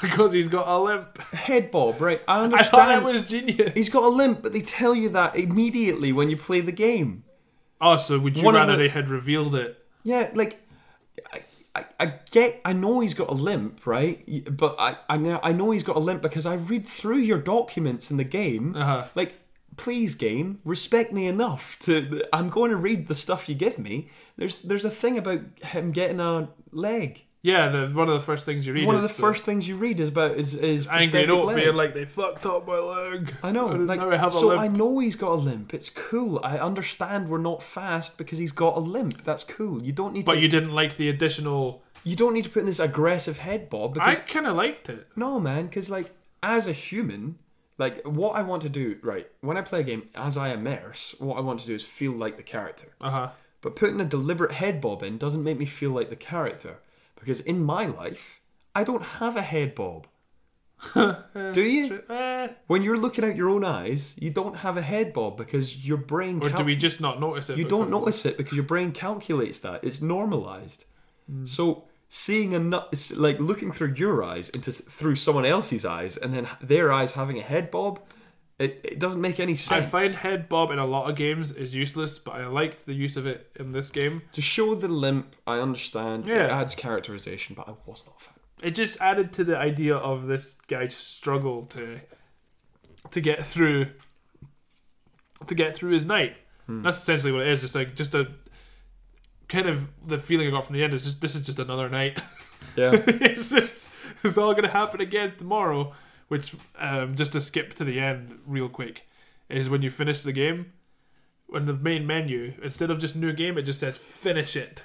because he's got a limp. Head bob, right? *laughs* I I *laughs* understand. thought that was genius. He's got a limp, but they tell you that immediately when you play the game. Oh, so would you One of rather the- they had revealed it? Yeah, like I, I, I get, I know he's got a limp, right? Y- But I, I know, I know he's got a limp because I read through your documents in the game. Uh-huh. Like, please, game, respect me enough to. I'm going to read the stuff you give me. There's, there's a thing about him getting a leg. Yeah, the, one of the first things you read. One of is the first things you read is about is is angry prosthetic note leg. being like they fucked up my leg. I know, didn't like, I have a so limp. I know he's got a limp. It's cool. I understand we're not fast because he's got a limp. That's cool. You don't need to But you didn't like the additional. you don't need to put in this aggressive head bob I because kind of liked it. no man because like as a human like what i want to do right when i play a game as i immerse what i want to do is feel like the character Uh huh. but putting a deliberate head bob in doesn't make me feel like the character because in my life i don't have a head *laughs* bob do you when you're looking out your own eyes you don't have a head bob because your brain or do cal- we just not notice it? you don't because- notice it because your brain calculates that. It's normalized. Hmm. So seeing a nu- it's like looking through your eyes into s- through someone else's eyes and then their eyes having a head bob, it, it doesn't make any I sense. find head bob in a lot of games is useless, but I liked the use of it in this game. to show the limp, I understand. It Yeah. adds characterization, but I was not a fan. It just added to the idea of this guy's struggle to to get through to get through his night. Hmm. That's essentially what it is. Just like just a kind of the feeling I got from the end is just this is just another night. *laughs* Yeah. it's just it's all gonna happen again tomorrow. Which um, just to skip to the end real quick is when you finish the game, when the main menu instead of just new game, it just says finish it.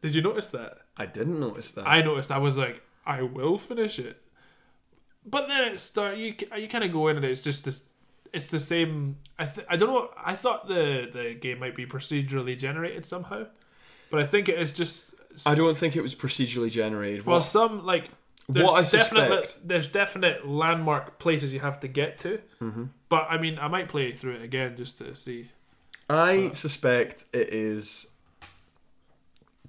Did you notice that? I didn't notice that. I noticed. I was like, I will finish it, but then it start you you kind of go in and it's just this it's the same. I th- I don't know. I thought the the game might be procedurally generated somehow, but I think it is just. I don't think it was procedurally generated. Well, What- some like there's what I definite suspect- there's definite landmark places you have to get to. Mm-hmm. But I mean, I might play through it again just to see. I suspect it is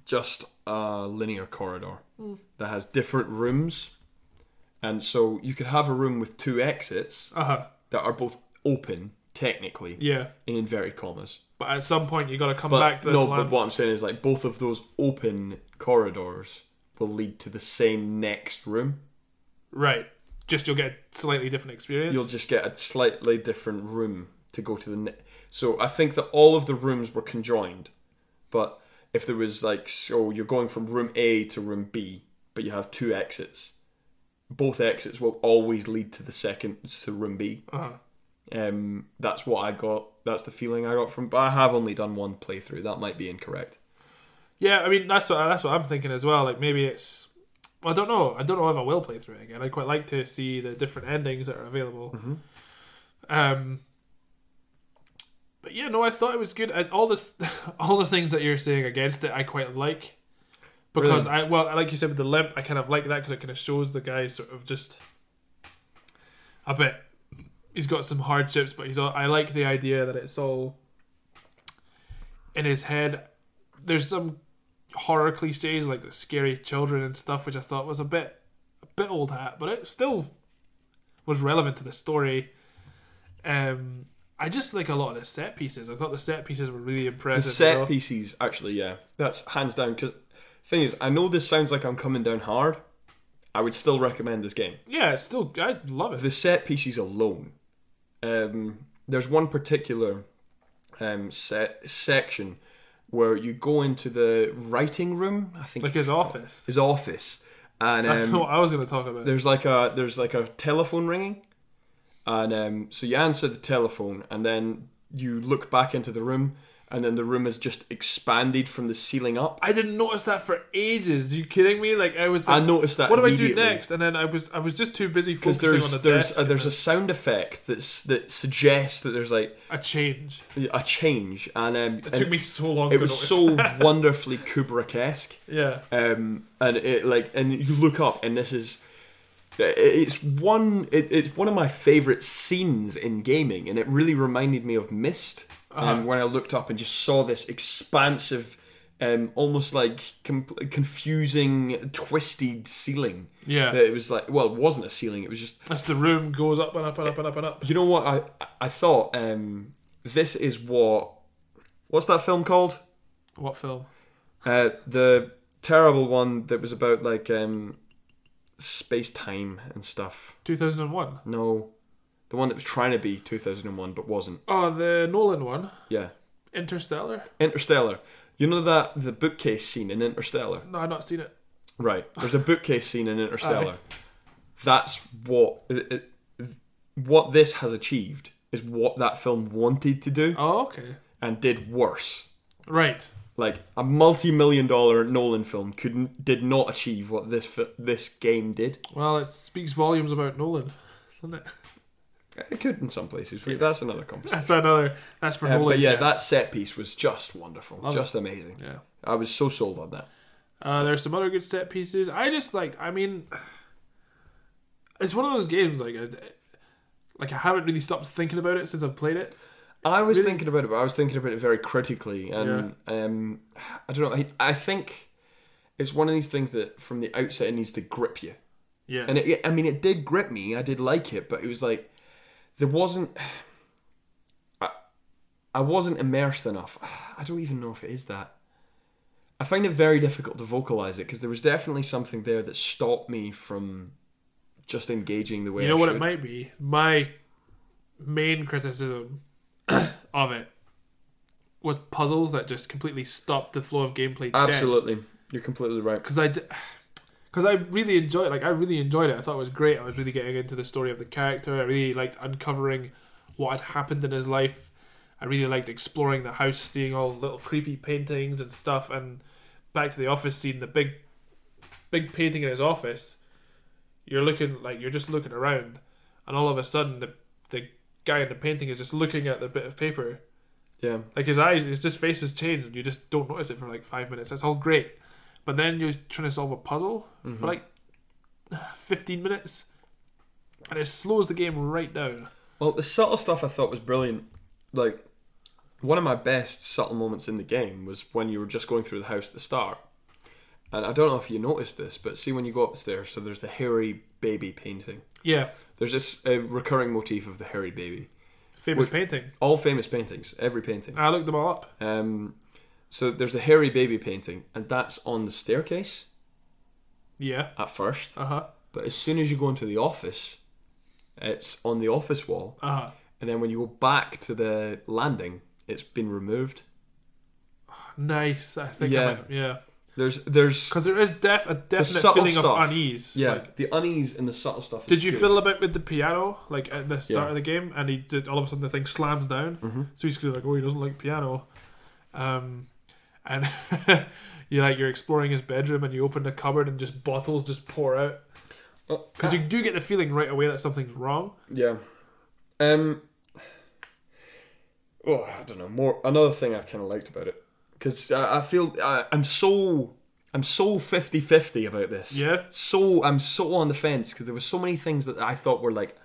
just a linear corridor Hmm. that has different rooms, and so you could have a room with two exits Uh huh. that are both open technically Yeah. in inverted commas. But at some point, you got to come But back to this no, land. but what I'm saying is like both of those open corridors will lead to the same next room. Right. Just you'll get slightly different experience. You'll just get a slightly different room to go to the. Ne- so I think that all of the rooms were conjoined, but if there was like so you're going from room A to room B, but you have two exits, both exits will always lead to the second to room B. Uh-huh. Um, that's what I got. That's the feeling I got from. But I have only done one playthrough. That might be incorrect. Yeah, I mean that's what that's what I'm thinking as well. Like maybe it's I don't know. I don't know if I will play through it again. I'd quite like to see the different endings that are available. Um, but yeah, no, I thought it was good. And all the *laughs* all the things that you're saying against it, I quite like because I well, like you said with the limp, I kind of like that because it kind of shows the guy sort of just a bit. He's got some hardships, but he's all. I like the idea that it's all in his head. There's some horror cliches like the scary children and stuff, which I thought was a bit a bit old hat, but it still was relevant to the story. Um, I just like a lot of the set pieces. I thought the set pieces were really The impressive. as set well. pieces, actually, yeah, that's hands down. Because thing is, I know this sounds like I'm coming down hard. I would still recommend this game. yeah, it's still I love it. the set pieces alone. Um, there's one particular um, set section where you go into the writing room. I think like his office. his office, and That's um, what I was going to talk about. there's like a there's like a telephone ringing, and um, so you answer the telephone, and then you look back into the room, and then the room is just expanded from the ceiling up. I didn't notice that for ages. you kidding me? Like I was. I Like, noticed that. what do I do immediately. next? And then I was I was just too busy Because focusing there's on the there's desk a, and there's a then sound effect that's that suggests that there's like a change. a change, and um, It and took me so long. it to was notice. so wonderfully Kubrick-esque, *laughs* yeah. um, and it like, and you look up, and this is, it- it's one, it, it's one of my favorite scenes in gaming, and it really reminded me of Mist, Uh-huh. um, when I looked up and just saw this expansive, um, almost like com- confusing, twisted ceiling. Yeah. That It was like, well, it wasn't a ceiling; it was just As the room goes up and up and up and up and up. you know what I I thought um this is what what's that film called? What film? Uh the terrible one that was about like um space time and stuff. 2001. No. The one that was trying to be 2001 but wasn't. Oh, the Nolan one. Yeah. Interstellar. Interstellar. You know that the bookcase scene in Interstellar? No, I've not seen it. Right. There's a bookcase scene in Interstellar. That's what it, it, what this has achieved is what that film wanted to do Oh, okay. and did worse. Right. like a multi-million dollar Nolan film couldn't did not achieve what this fi- this game did. Well, it speaks volumes about Nolan, *laughs* doesn't it? It could in some places. but That's another conversation. That's another. That's for Uh, Nolan. but yeah, fans. that set piece was just wonderful, just amazing. yeah. I was so sold on that. Uh, there's some other good set pieces. I just liked. I mean, it's one of those games like, I, like I haven't really stopped thinking about it since I've played it. I was thinking about it, but I was thinking about it very critically, and um, I don't know. I, I think it's one of these things that from the outset it needs to grip you. Yeah. And it, I mean, it did grip me. I did like it, but it was like there wasn't. I, I wasn't immersed enough. *sighs* I don't even know if it is that. I find it very difficult to vocalize it because there was definitely something there that stopped me from just engaging the way. you know I what should. it might be. My main criticism *coughs* of it was puzzles that just completely stopped the flow of gameplay. Absolutely, you're completely right. because I. D- *sighs* because I really enjoyed it. Like, I really enjoyed it. I thought it was great. I was really getting into the story of the character. I really liked uncovering what had happened in his life. I really liked exploring the house, seeing all the little creepy paintings and stuff. And back to the office scene, the big, big painting in his office. You're looking like you're just looking around, and all of a sudden the the guy in the painting is just looking at the bit of paper. Yeah. Like his eyes, his just face has changed, and you just don't notice it for like five minutes. That's all great, but then you're trying to solve a puzzle Mm-hmm. for like *sighs* fifteen minutes, and it slows the game right down. Well, the subtle stuff I thought was brilliant. Like, one of my best subtle moments in the game was when you were just going through the house at the start. And I don't know if you noticed this, but see when you go up the stairs, so there's the hairy baby painting. Yeah, There's this uh, recurring motif of the hairy baby. famous Which- painting. All famous paintings, every painting. I looked them all up. Um, so there's the hairy baby painting, and that's on the staircase Yeah. at first. Uh huh. But as soon as you go into the office, it's on the office wall. Uh huh. And then when you go back to the landing, it's been removed. Nice. I think. Yeah. I might, yeah. There's there's Because there is def- a the definite subtle feeling stuff. of unease. Yeah, Like, the unease and the subtle stuff. is did you good. fiddle about with the piano like at the start Yeah. Mm-hmm. of the game, and he did all of a sudden the thing slams down, so he's kind of like, oh, he doesn't like piano, um, and *laughs* you like you're exploring his bedroom, and you open the cupboard, and just bottles just pour out. Oh, Because you do get the feeling right away that something's wrong. Yeah. Um. Well, I don't know. More another thing I kind of liked about it because I, I feel I, I'm so I'm so 50-50 about this. Yeah. So I'm so on the fence because there were so many things that I thought were like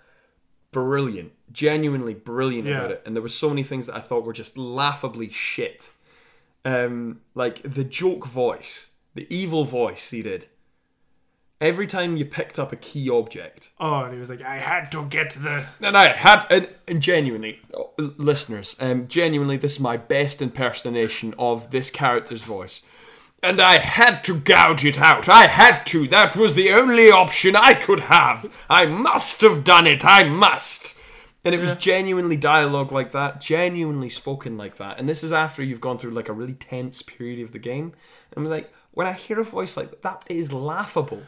brilliant, genuinely brilliant Yeah. about it, and there were so many things that I thought were just laughably shit. Um, like the joke voice, the evil voice he did. Every time you picked up a key object, Oh, and he was like, I had to get the. and I had, and, and genuinely, oh, listeners, um, genuinely, this is my best impersonation of this character's voice. And I had to gouge it out. I had to. That was the only option I could have. I must have done it. I must. And it was genuinely dialogue like that, genuinely spoken like that. And this is after you've gone through like a really tense period of the game. And I was like, when I hear a voice like that, that is laughable.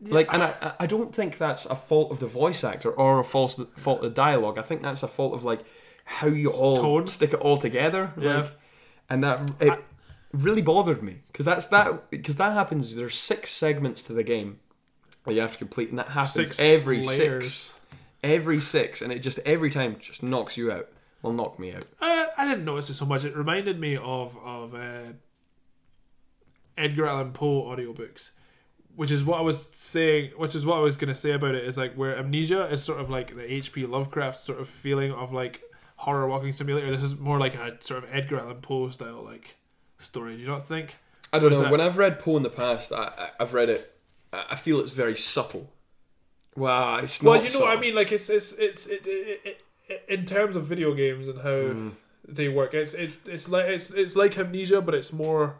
Like, and I, I- I don't think that's a fault of the voice actor or a false fault of the dialogue. I think that's a fault of like how you all tone. stick it all together. Yeah. Like, and that it really bothered me because that's that because that happens. There's six segments to the game that you have to complete, and that happens Six every layers. six, every six, and it just every time just knocks you out. Well, knock me out. Uh, I didn't notice it so much. It reminded me of of uh, Edgar Allan Poe audiobooks, which is what I was saying. Which is what I was gonna say about it is like where Amnesia is sort of like the H.P. Lovecraft sort of feeling of like horror walking simulator. This is more like a sort of Edgar Allan Poe style like story. Do you not think? I don't What is know. that? When I've read Poe in the past, I, I, I've read it. I I feel it's very subtle. Wow, it's Well, not. you know subtle. what I mean. Like it's it's it's it, it, it, in terms of video games and how they work. It's it's it's like it's it's like Amnesia, but it's more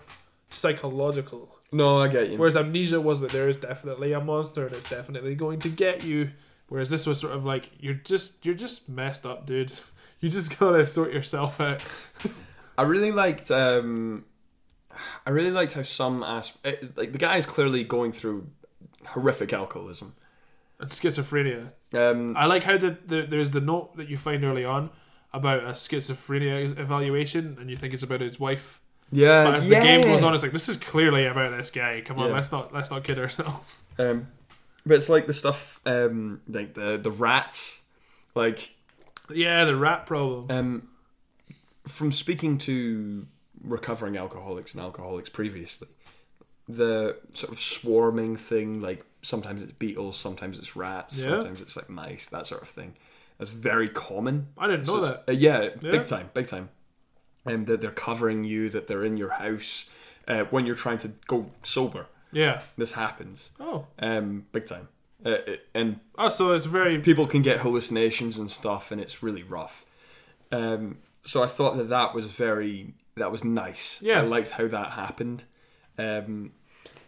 psychological. No, I get you. Whereas Amnesia was that there is definitely a monster and it's definitely going to get you. Whereas this was sort of like you're just you're just messed up, dude. *laughs* You just gotta sort yourself out. I really liked. Um, I really liked how some as it- like the guy is clearly going through horrific alcoholism. And schizophrenia. Um, I like how the, the there's the note that you find early on about a schizophrenia evaluation, and you think it's about his wife. yeah, But as Uh, yeah. the game goes on, it's like this is clearly about this guy. Come on, Yeah. let's not let's not kid ourselves. *laughs* Um, but it's like the stuff um, like the the rats, like yeah, the rat problem. um, from speaking to recovering alcoholics and alcoholics previously, the sort of swarming thing, like sometimes it's beetles, sometimes it's rats, Yeah. sometimes it's like mice, that sort of thing. That's very common. I didn't know it's- that. uh, yeah, Yeah. big time, big time. Um, that they're covering you, that they're in your house uh, when you're trying to go sober. Yeah. This happens, Oh. um, big time, uh, it- and Oh, so it's very people can get hallucinations and stuff, and it's really rough. Um, so I thought that that was very that was nice. Yeah. I liked how that happened, um,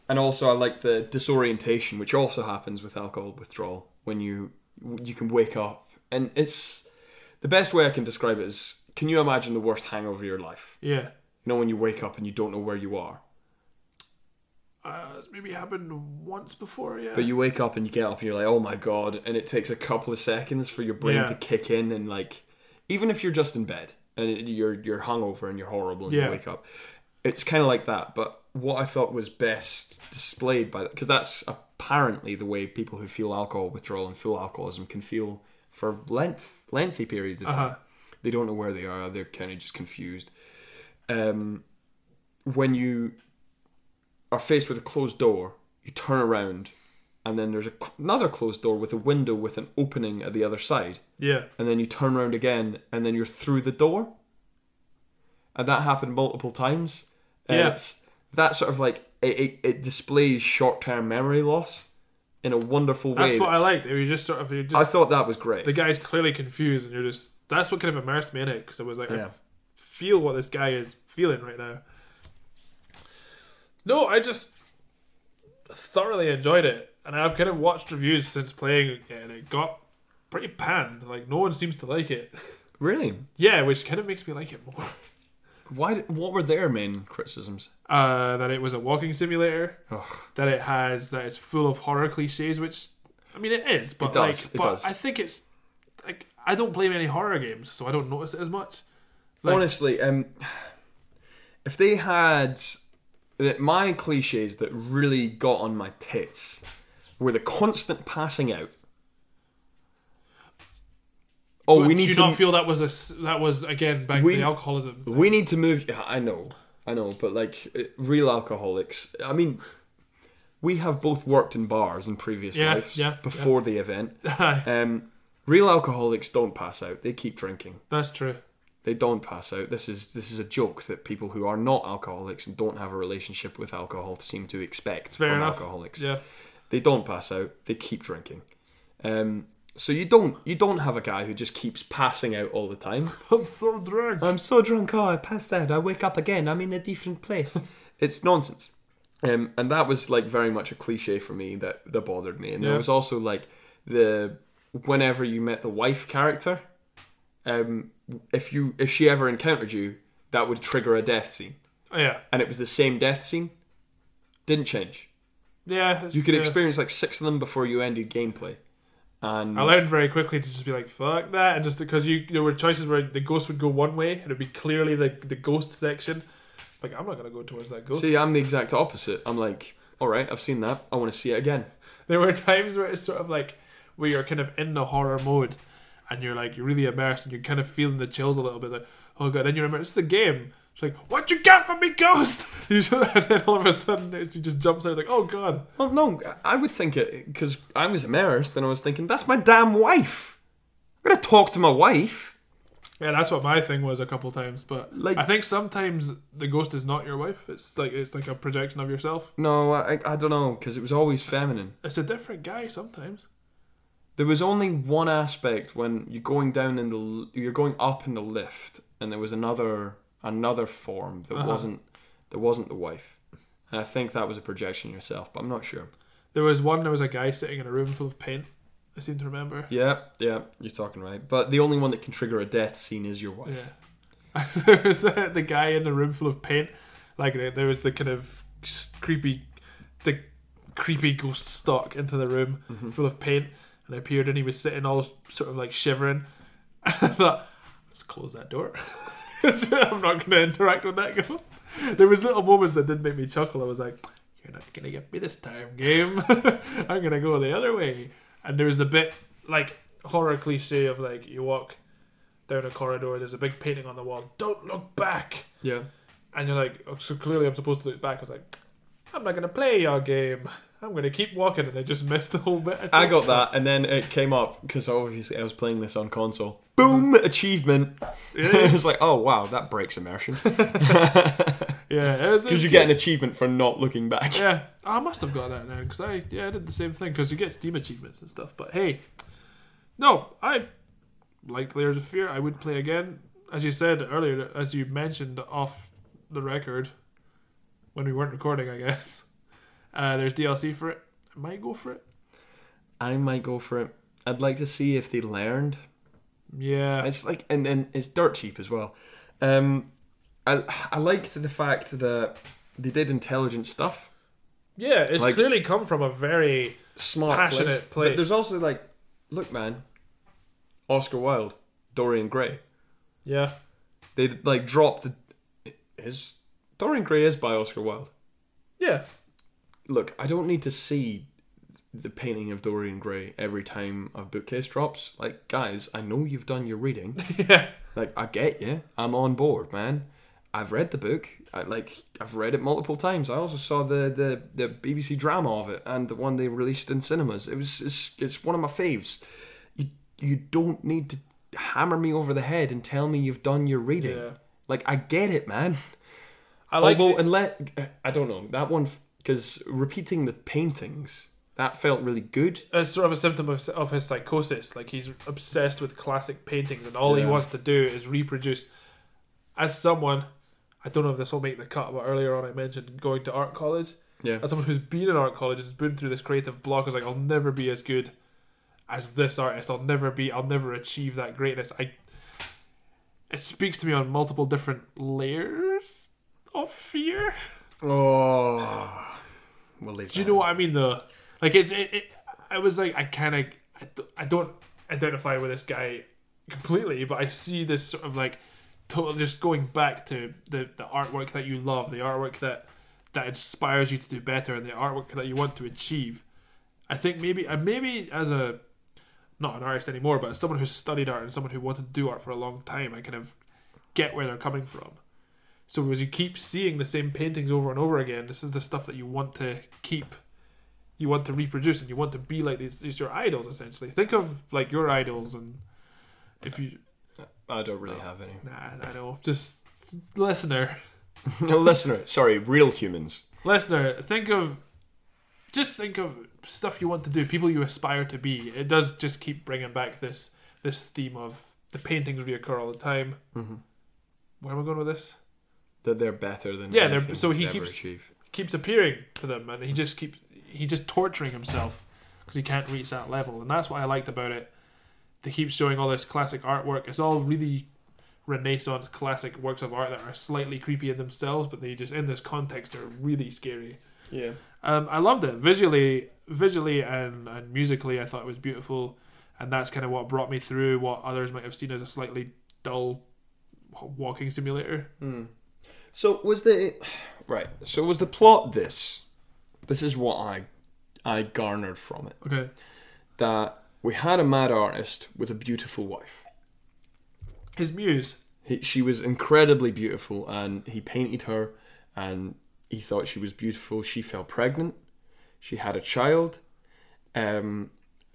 and also I liked the disorientation, which also happens with alcohol withdrawal when you you can wake up, and it's the best way I can describe it is: Can you imagine the worst hangover of your life? yeah. You know when you wake up and you don't know where you are, Uh, it's maybe happened once before. Yeah. but you wake up and you get up and you're like, oh my god, and it takes a couple of seconds for your brain Yeah. to kick in and like, even if you're just in bed and it- you're you're hungover and you're horrible and Yeah. you wake up, it's kind of like that. But what I thought was best displayed by that, because that's apparently the way people who feel alcohol withdrawal and full alcoholism can feel for length lengthy periods of time. Uh-huh. They don't know where they are. They're kind of just confused. Um, when you are faced with a closed door, you turn around, and then there's a, cl- another closed door with a window with an opening at the other side Yeah. and then you turn around again, and then you're through the door. And that happened multiple times. And Yeah. it's that sort of like it, it, it displays short term memory loss in a wonderful way. That's what I that's- liked. It was just sort of you I just thought that was great. the guy's clearly confused, and you're just that's what kind of immersed me in it because it was like I Yeah. f- feel what this guy is feeling right now. No, I just thoroughly enjoyed it, and I've kind of watched reviews since playing it, and it got pretty panned. Like no one seems to like it. *laughs* really? yeah, which kind of makes me like it more. Why? did- What were their main criticisms? Uh, that it was a walking simulator. Ugh. That it has that it's full of horror cliches, which I mean it is, but It does, like, it but does. I think it's like I don't play many horror games, so I don't notice it as much. Like- Honestly, um, if they had that my cliches that really got on my tits were the constant passing out. Oh, But we do need you to not feel that was a s- that was again back We- to the alcoholism? We need to move. yeah, I know, I know, but like uh, real alcoholics. I mean, we have both worked in bars in previous Yeah, lives yeah, before *laughs* the event. *laughs* Aye, Um, real alcoholics don't pass out; they keep drinking. That's true. They don't pass out. This is this is a joke that people who are not alcoholics and don't have a relationship with alcohol seem to expect Fair from enough. alcoholics. Yeah, They don't pass out; they keep drinking. Um, so you don't you don't have a guy who just keeps passing out all the *laughs* time. I'm so drunk. I'm so drunk. Oh, I passed out. I wake up again. I'm in a different place. *laughs* it's nonsense. Um, and that was like very much a cliche for me that that bothered me. And Yeah. there was also like the whenever you met the wife character, um, if you if she ever encountered you, that would trigger a death scene, Oh, Yeah, and it was the same death scene. Didn't change. yeah. it's- You could yeah. experience like six of them before you ended gameplay. And I learned very quickly to just be like, "Fuck that," and just because you there were choices where the ghost would go one way, and it'd be clearly the the ghost section. Like, I'm not gonna go towards that ghost. see, I'm the exact opposite. I'm like, all right, I've seen that. I want to see it again. there were *laughs* times where it's sort of like where you're kind of in the horror mode and you're like you're really immersed and you're kind of feeling the chills a little bit like oh god then you remember it's a game it's like what you got from me ghost *laughs* You just- and then all of a sudden it she just jumps out it's like oh god Well, no, I would think it because I was embarrassed and I was thinking, that's my damn wife. I'm gonna talk to my wife. yeah that's what my thing was a couple times but Like- I think sometimes the ghost is not your wife it's like it's like a projection of yourself No, I, I don't know because it was always feminine. it's a different guy sometimes There was only one aspect when you're going down in the l- you're going up in the lift, and there was another another form that Uh-huh. wasn't that wasn't the wife, and I think that was a projection yourself, but I'm not sure. there was one there was a guy sitting in a room full of paint I seem to remember Yeah, yeah, you're talking right. But the only one that can trigger a death scene is your wife. Yeah. *laughs* there was the, the guy in the room full of paint. Like there, there was the kind of s- creepy, the creepy ghost stalk into the room full of paint, and appeared, and he was sitting all sort of like shivering. *laughs* And I thought, let's close that door. *laughs* I'm not going to interact with that ghost. There was little moments that did make me chuckle. I was like, "You're not going to get me this time, game. *laughs* I'm going to go the other way." And there was the bit like horror cliche of like you walk down a corridor. There's a big painting on the wall. Don't look back. Yeah. And you're like, oh, so clearly I'm supposed to look back. I was like, I'm not gonna play your game. I'm gonna keep walking, and I just missed the whole bit. think. I got that, and then it came up because obviously I was playing this on console. Mm-hmm. Boom! Achievement. *laughs* it was like, oh wow, that *laughs* breaks immersion Yeah, it was- because you get an achievement for not looking back. Yeah, I must have got that now because I yeah I did the same thing because you get Steam achievements and stuff. But hey, no, I like Layers of Fear. I would play again, as you said earlier, as you mentioned off the record when we weren't recording. I guess *laughs* uh, there's DLC for it. I might go for it. I might go for it. I'd like to see if they learned. Yeah, It's like, and then it's dirt cheap as well. Um, I I liked the fact that they did intelligent stuff, yeah. It's like- clearly come from a very smart, Passionate But place. there's also like, look, man, Oscar Wilde, Dorian Gray. yeah. They like dropped the. Is Dorian Gray is by Oscar Wilde. Yeah, look, I don't need to see the painting of Dorian Gray every time a bookcase drops. Like, guys, I know you've done your reading. *laughs* Yeah. Like, I get you. I'm on board, man. I've read the book. I, like, I've read it multiple times. I also saw the, the, the BBC drama of it and the one they released in cinemas. It was it's, it's one of my faves. You you don't need to hammer me over the head and tell me you've done your reading. Yeah. Like, I get it, man. I like Although, the- unless I don't know that one because repeating the paintings that felt really good. it's sort of a symptom of, of his psychosis. Like he's obsessed with classic paintings, and all he Yeah. wants to do is reproduce. As someone, I don't know if this will make the cut, but earlier on I mentioned going to art college. Yeah. As someone who's been in art college and has been through this creative block, is like I'll never be as good as this artist. I'll never be. I'll never achieve that greatness. I. It speaks to me on multiple different layers of fear. Oh, we'll leave. Do you know what I mean though? Like it's it, it I was like I kind of I, d- I don't identify with this guy completely, but I see this sort of like total just going back to the the artwork that you love, the artwork that that inspires you to do better, and the artwork that you want to achieve. I think maybe uh, maybe as a not an artist anymore, but as someone who's studied art and someone who wanted to do art for a long time, I kind of get where they're coming from. So as you keep seeing the same paintings over and over again, this is the stuff that you want to keep, you want to reproduce, and you want to be like these. These are your idols essentially. Think of like your idols, and if you, I don't really have any. nah, I know, just listener, *laughs* No, listener, sorry, real humans. listener, think of, just think of stuff you want to do, people you aspire to be. It does just keep bringing back this this theme of the paintings reoccur all the time. Where am I going with this? That they're better than Yeah, they're- anything so he you'd ever keeps- achieve. keeps appearing to them, and he just keeps he just torturing himself because he can't reach that level, and that's what I liked about it. They keep showing all this classic artwork. It's all really Renaissance classic works of art that are slightly creepy in themselves, but they just in this context are really scary. Yeah, Um, I loved it visually, visually and, and musically. I thought it was beautiful, and that's kind of what brought me through what others might have seen as a slightly dull walking simulator. So was the right? So was the plot this? This is what I I garnered from it. Okay. That we had a mad artist with a beautiful wife. His muse. He, she was incredibly beautiful, and he painted her, and he thought she was beautiful. She fell pregnant. She had a child. Um,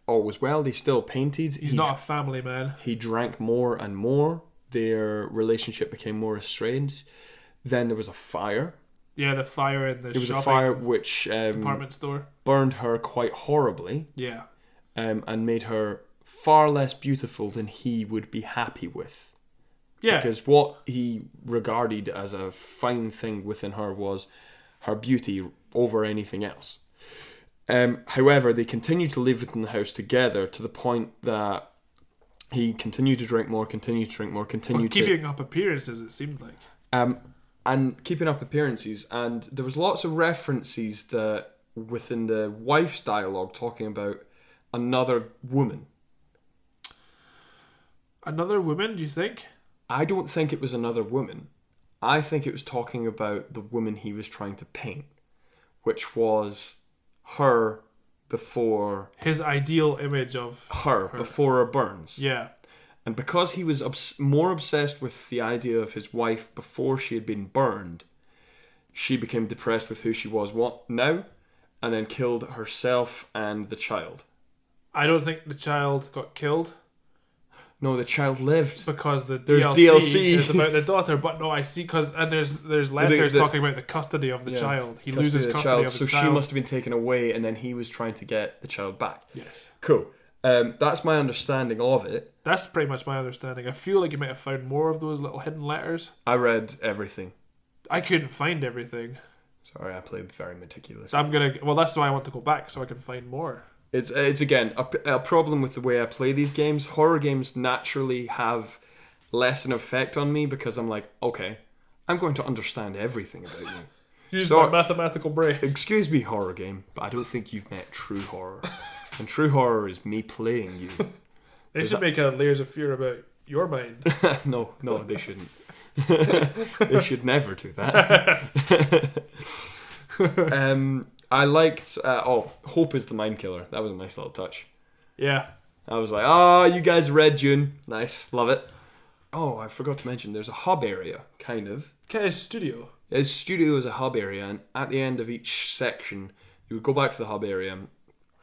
all was well. They still painted. He's he, not a family man. He drank more and more. Their relationship became more estranged. Then there was a fire. Yeah, the fire in the There was shopping a fire which um, department store. burned her quite horribly Yeah, um, and made her far less beautiful than he would be happy with. yeah, Because what he regarded as a fine thing within her was her beauty over anything else. Um, however, they continued to live within the house together to the point that he continued to drink more, continued to drink more, Well, continued to keeping up appearances. It seemed like um, and keeping up appearances. And there was lots of references that within the wife's dialogue talking about another woman. another woman. Do you think? I don't think it was another woman. I think it was talking about the woman he was trying to paint, which was her before His ideal image *sighs* of her, before her burns. yeah, And because he was obs- more obsessed with the idea of his wife before she had been burned, she became depressed with who she was what now, and then killed herself and the child. I don't think the child got killed No, the child lived. because the There's DLC, DLC. is about *laughs* the daughter. But no, I see because and there's there's letters the- talking about the custody of the Yeah. child. He Custody loses of the custody child, of his so child. she must have been taken away, and then he was trying to get the child back. Yes, Cool. Um, that's my understanding of it. that's pretty much my understanding. I feel like you might have found more of those little hidden letters. I read everything. I couldn't find everything, Sorry, I played very meticulous. so I'm gonna. Well, that's why I want to go back so I can find more. It's it's again a, a problem with the way I play these games. Horror games naturally have less an effect on me because I'm like, okay, I'm going to understand everything about you. Use So- my mathematical brain. Excuse me, horror game, but I don't think you've met true horror. And true horror is me playing you. They Does should that- make a layers of fear about your *laughs* mind. no, no, they shouldn't. *laughs* they should never do that. um, I liked. Uh, oh, hope is the mind killer. That was a nice little touch. Yeah. I was like, oh, you guys read June. Nice, love it. Oh, I forgot to mention. There's a hub area, kind of. Kind of studio. His studio is a hub area, and at the end of each section, you would go back to the hub area,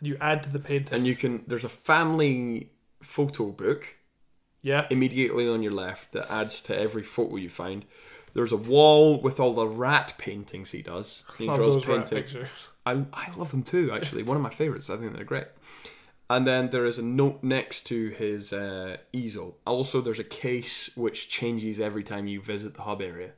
You add to the painting. and you can. There's a family photo book yeah. immediately on your left that adds to every photo you find. There's a wall with all the rat paintings he does. He Love draws those rat painting- pictures. *laughs* I, I love them too, actually. One of my favorites. I think they're great. And then there is a note next to his uh, easel. Also, there's a case which changes every time you visit the hub area.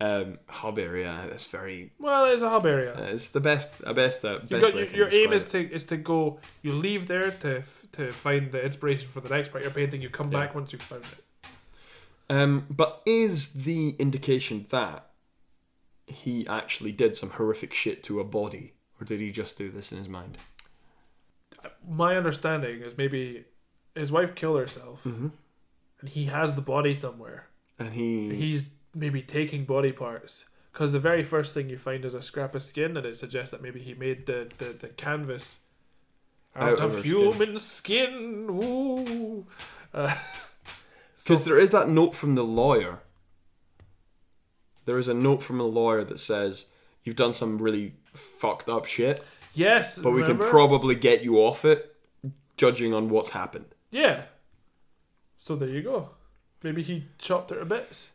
Um, hub area. That's very. Well, there's a hub area. uh, it's the best. A best. Uh, best you way got, your, I can your aim describe is it. to is to go. You leave there to to find the inspiration for the next part you're painting. You come back once you've found it. Um, but is the indication that he actually did some horrific shit to a body, or did he just do this in his mind? My understanding is maybe his wife killed herself, Mm-hmm. and he has the body somewhere. And he, He's maybe taking body parts because the very first thing you find is a scrap of skin, and it suggests that maybe he made the the, the canvas out, Out of of, her human skin. Ooh. Uh, *laughs* because there is that note from the lawyer. There is a note from a lawyer that says you've done some really fucked up shit, yes, but we can remember? probably get you off it, judging on what's happened. Yeah. So there you go. Maybe he chopped her to bits.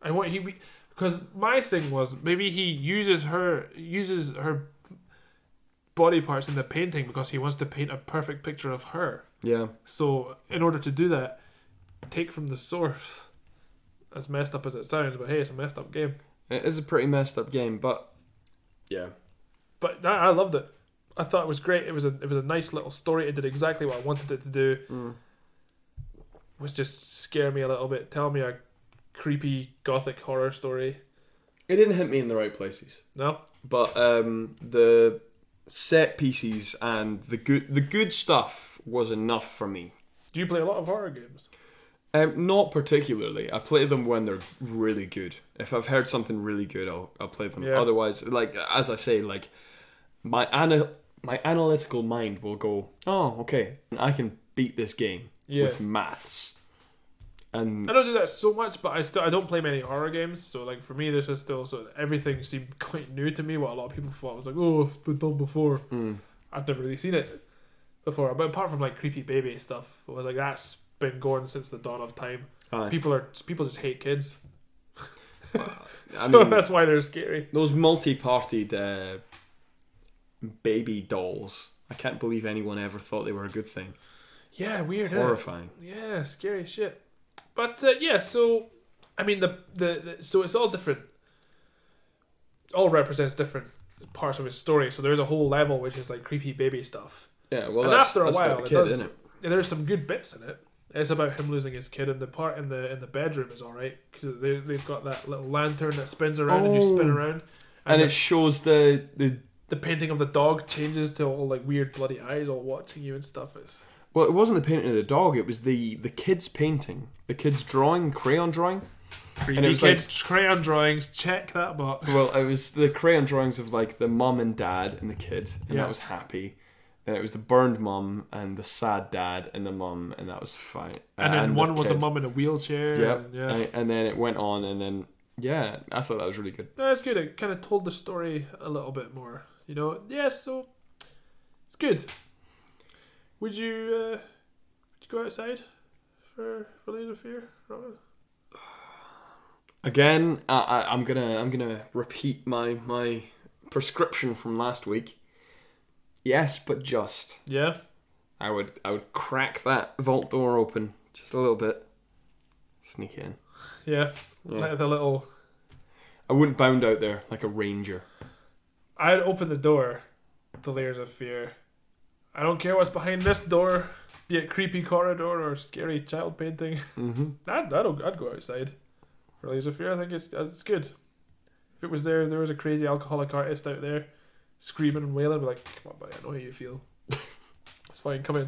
I want he because my thing was maybe he uses her uses her body parts in the painting because he wants to paint a perfect picture of her. Yeah, So in order to do that, take from the source. As messed up as it sounds, but hey, it's a messed up game. it is a pretty messed up game, but yeah, But that, I loved it. I thought it was great. It was a it was a nice little story. It did exactly what I wanted it to do. Was just scare me a little bit. Tell me a creepy gothic horror story. it didn't hit me in the right places. No, but um, the set pieces and the good the good stuff was enough for me. do you play a lot of horror games? Um, not particularly. I play them when they're really good. If I've heard something really good, I'll, I'll play them. Yeah. Otherwise, like as I say, like my ana- my analytical mind will go, oh, okay, I can beat this game Yeah. with maths. And I don't do that so much, but I still I don't play many horror games. So like for me, this was still so everything seemed *laughs* quite new to me. What a lot of people thought was like, oh, it's been done before. Hmm. I've never really seen it before. But apart from like creepy baby stuff, I was like that's been going since the dawn of time. Aye. *laughs* People are people just hate kids. I *laughs* so mean- that's why they're scary. those multi-partied uh, baby dolls. I can't believe anyone ever thought they were a good thing. Yeah, weird. eh? Horrifying. Yeah, scary shit. But uh, yeah, so I mean the, the the so it's all different. All represents different parts of his story. So there's a whole level which is like creepy baby stuff. Yeah, well, and that's, after a that's while, about the it kid, does. isn't it? yeah, There's some good bits in it. It's about him losing his kid, and the part in the in the bedroom is all right because they they've got that little lantern that spins around and you spin Oh. around, And the, it shows the the the painting of the dog changes to all like weird bloody eyes all watching you and stuff. It's well, it wasn't the painting of the dog; it was the the kid's painting, the kid's drawing, crayon drawing. creepy was kids, like- crayon drawings. Check that box. Well, it was the crayon drawings of like the mum and dad and the kid, and Yeah. that was happy. And it was the burned mum and the sad dad and the mum, and that was fine. and then the one was a kid. mum in a wheelchair. Yep. and, yeah. And, and then it went on, and then yeah, I thought that was really good. No, it's good. It kind of told the story a little bit more. You know, yeah. So it's good. Would you, uh, would you go outside for for Laser Fear, Robin? Again, I, I, I'm gonna I'm gonna repeat my my prescription from last week. Yes, but just Yeah. I would I would crack that vault door open just a little bit, sneak in. Yeah. Like the little. I wouldn't bound out there like a ranger. I'd open the door to Layers of Fear. I don't care what's behind this door, be it creepy corridor or scary child painting. *laughs* Mm-hmm. I'd, I'd, I'd go outside for Layers of Fear. I think it's, it's good. If it was there, if there was a crazy alcoholic artist out there screaming and wailing, be like, come on, buddy, I know how you feel. it's fine, come in.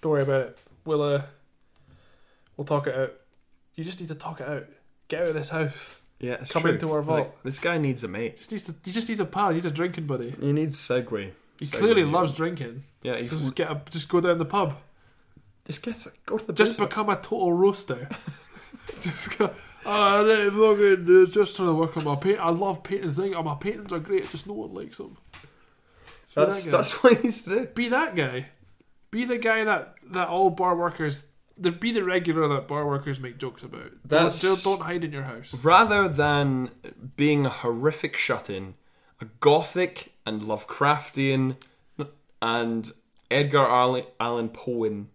Don't worry about it. We'll, uh, we'll talk it out. You just need to talk it out. Get out of this house. Yeah, it's Come true. into our vault. Like, this guy needs a mate. Just needs to, he just needs a pal. He needs a drinking buddy. He needs Segway. He Segway, clearly yeah. loves drinking. Yeah, So he's just get a, just go down the pub. just get the, go to the Just basement. become a total *laughs* roaster. just go. Oh, I fucking uh, just trying to work on my paint. I love painting things. Oh, my paintings are great. Just no one likes them. Just be That's that guy. that's *laughs* why he's there. be that guy. Be the guy that that all bar workers. the- Be the regular that bar workers make jokes about. That's- Don't, don't, don't hide in your house. Rather than being a horrific shut-in, a gothic and Lovecraftian and Edgar Allan, Allan Poe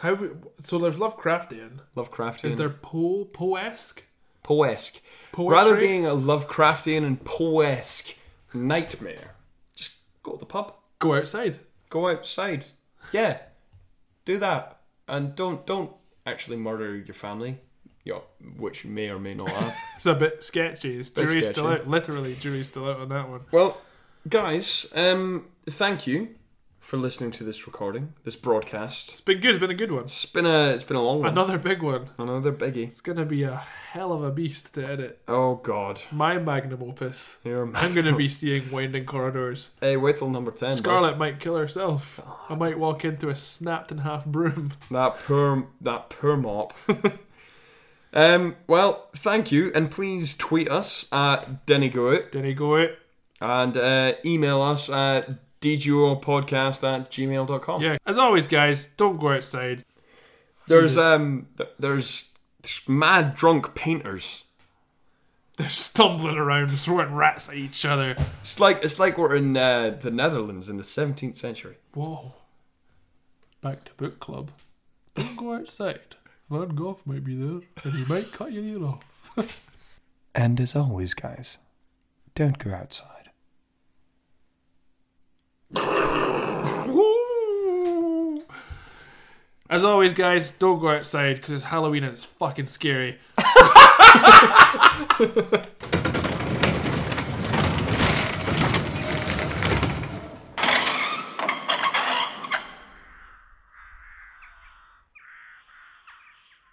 How we, so? There's Lovecraftian. Lovecraftian. Is there Poe Poe-esque? Poesque. Poetry? Rather being a Lovecraftian and Poesque nightmare, just go to the pub, Go outside. go outside. Yeah, do that, and don't don't actually murder your family, you which you may or may not have. It's a bit sketchy. Jury's still sketchy. out. Literally, jury's still out on that one. well, guys, um, thank you for listening to this recording, this broadcast. It's been good. It's been a good one. It's been a it's been a long one. Another big one. Another biggie. It's gonna be a hell of a beast to edit. Oh God, My magnum opus. You're a- *laughs* I'm gonna be seeing winding corridors. Hey, wait till number ten. bud. Scarlet might kill herself. I might walk into a snapped in half broom. *laughs* That poor, that poor mop. *laughs* um. Well, thank you, and please tweet us at Denigoit Did he go it? and uh, email us at dgopodcast at gmail.com. Yeah. As always, guys, don't go outside. There's um. th- There's mad drunk painters. They're stumbling around, throwing rats at each other. It's like it's like we're in uh, the Netherlands in the 17th century. Whoa. Back to book club. Don't go outside. Van Gogh might be there, and he might cut your ear off. And as always, guys, don't go outside. As always, guys, don't go outside because it's Halloween and it's fucking scary.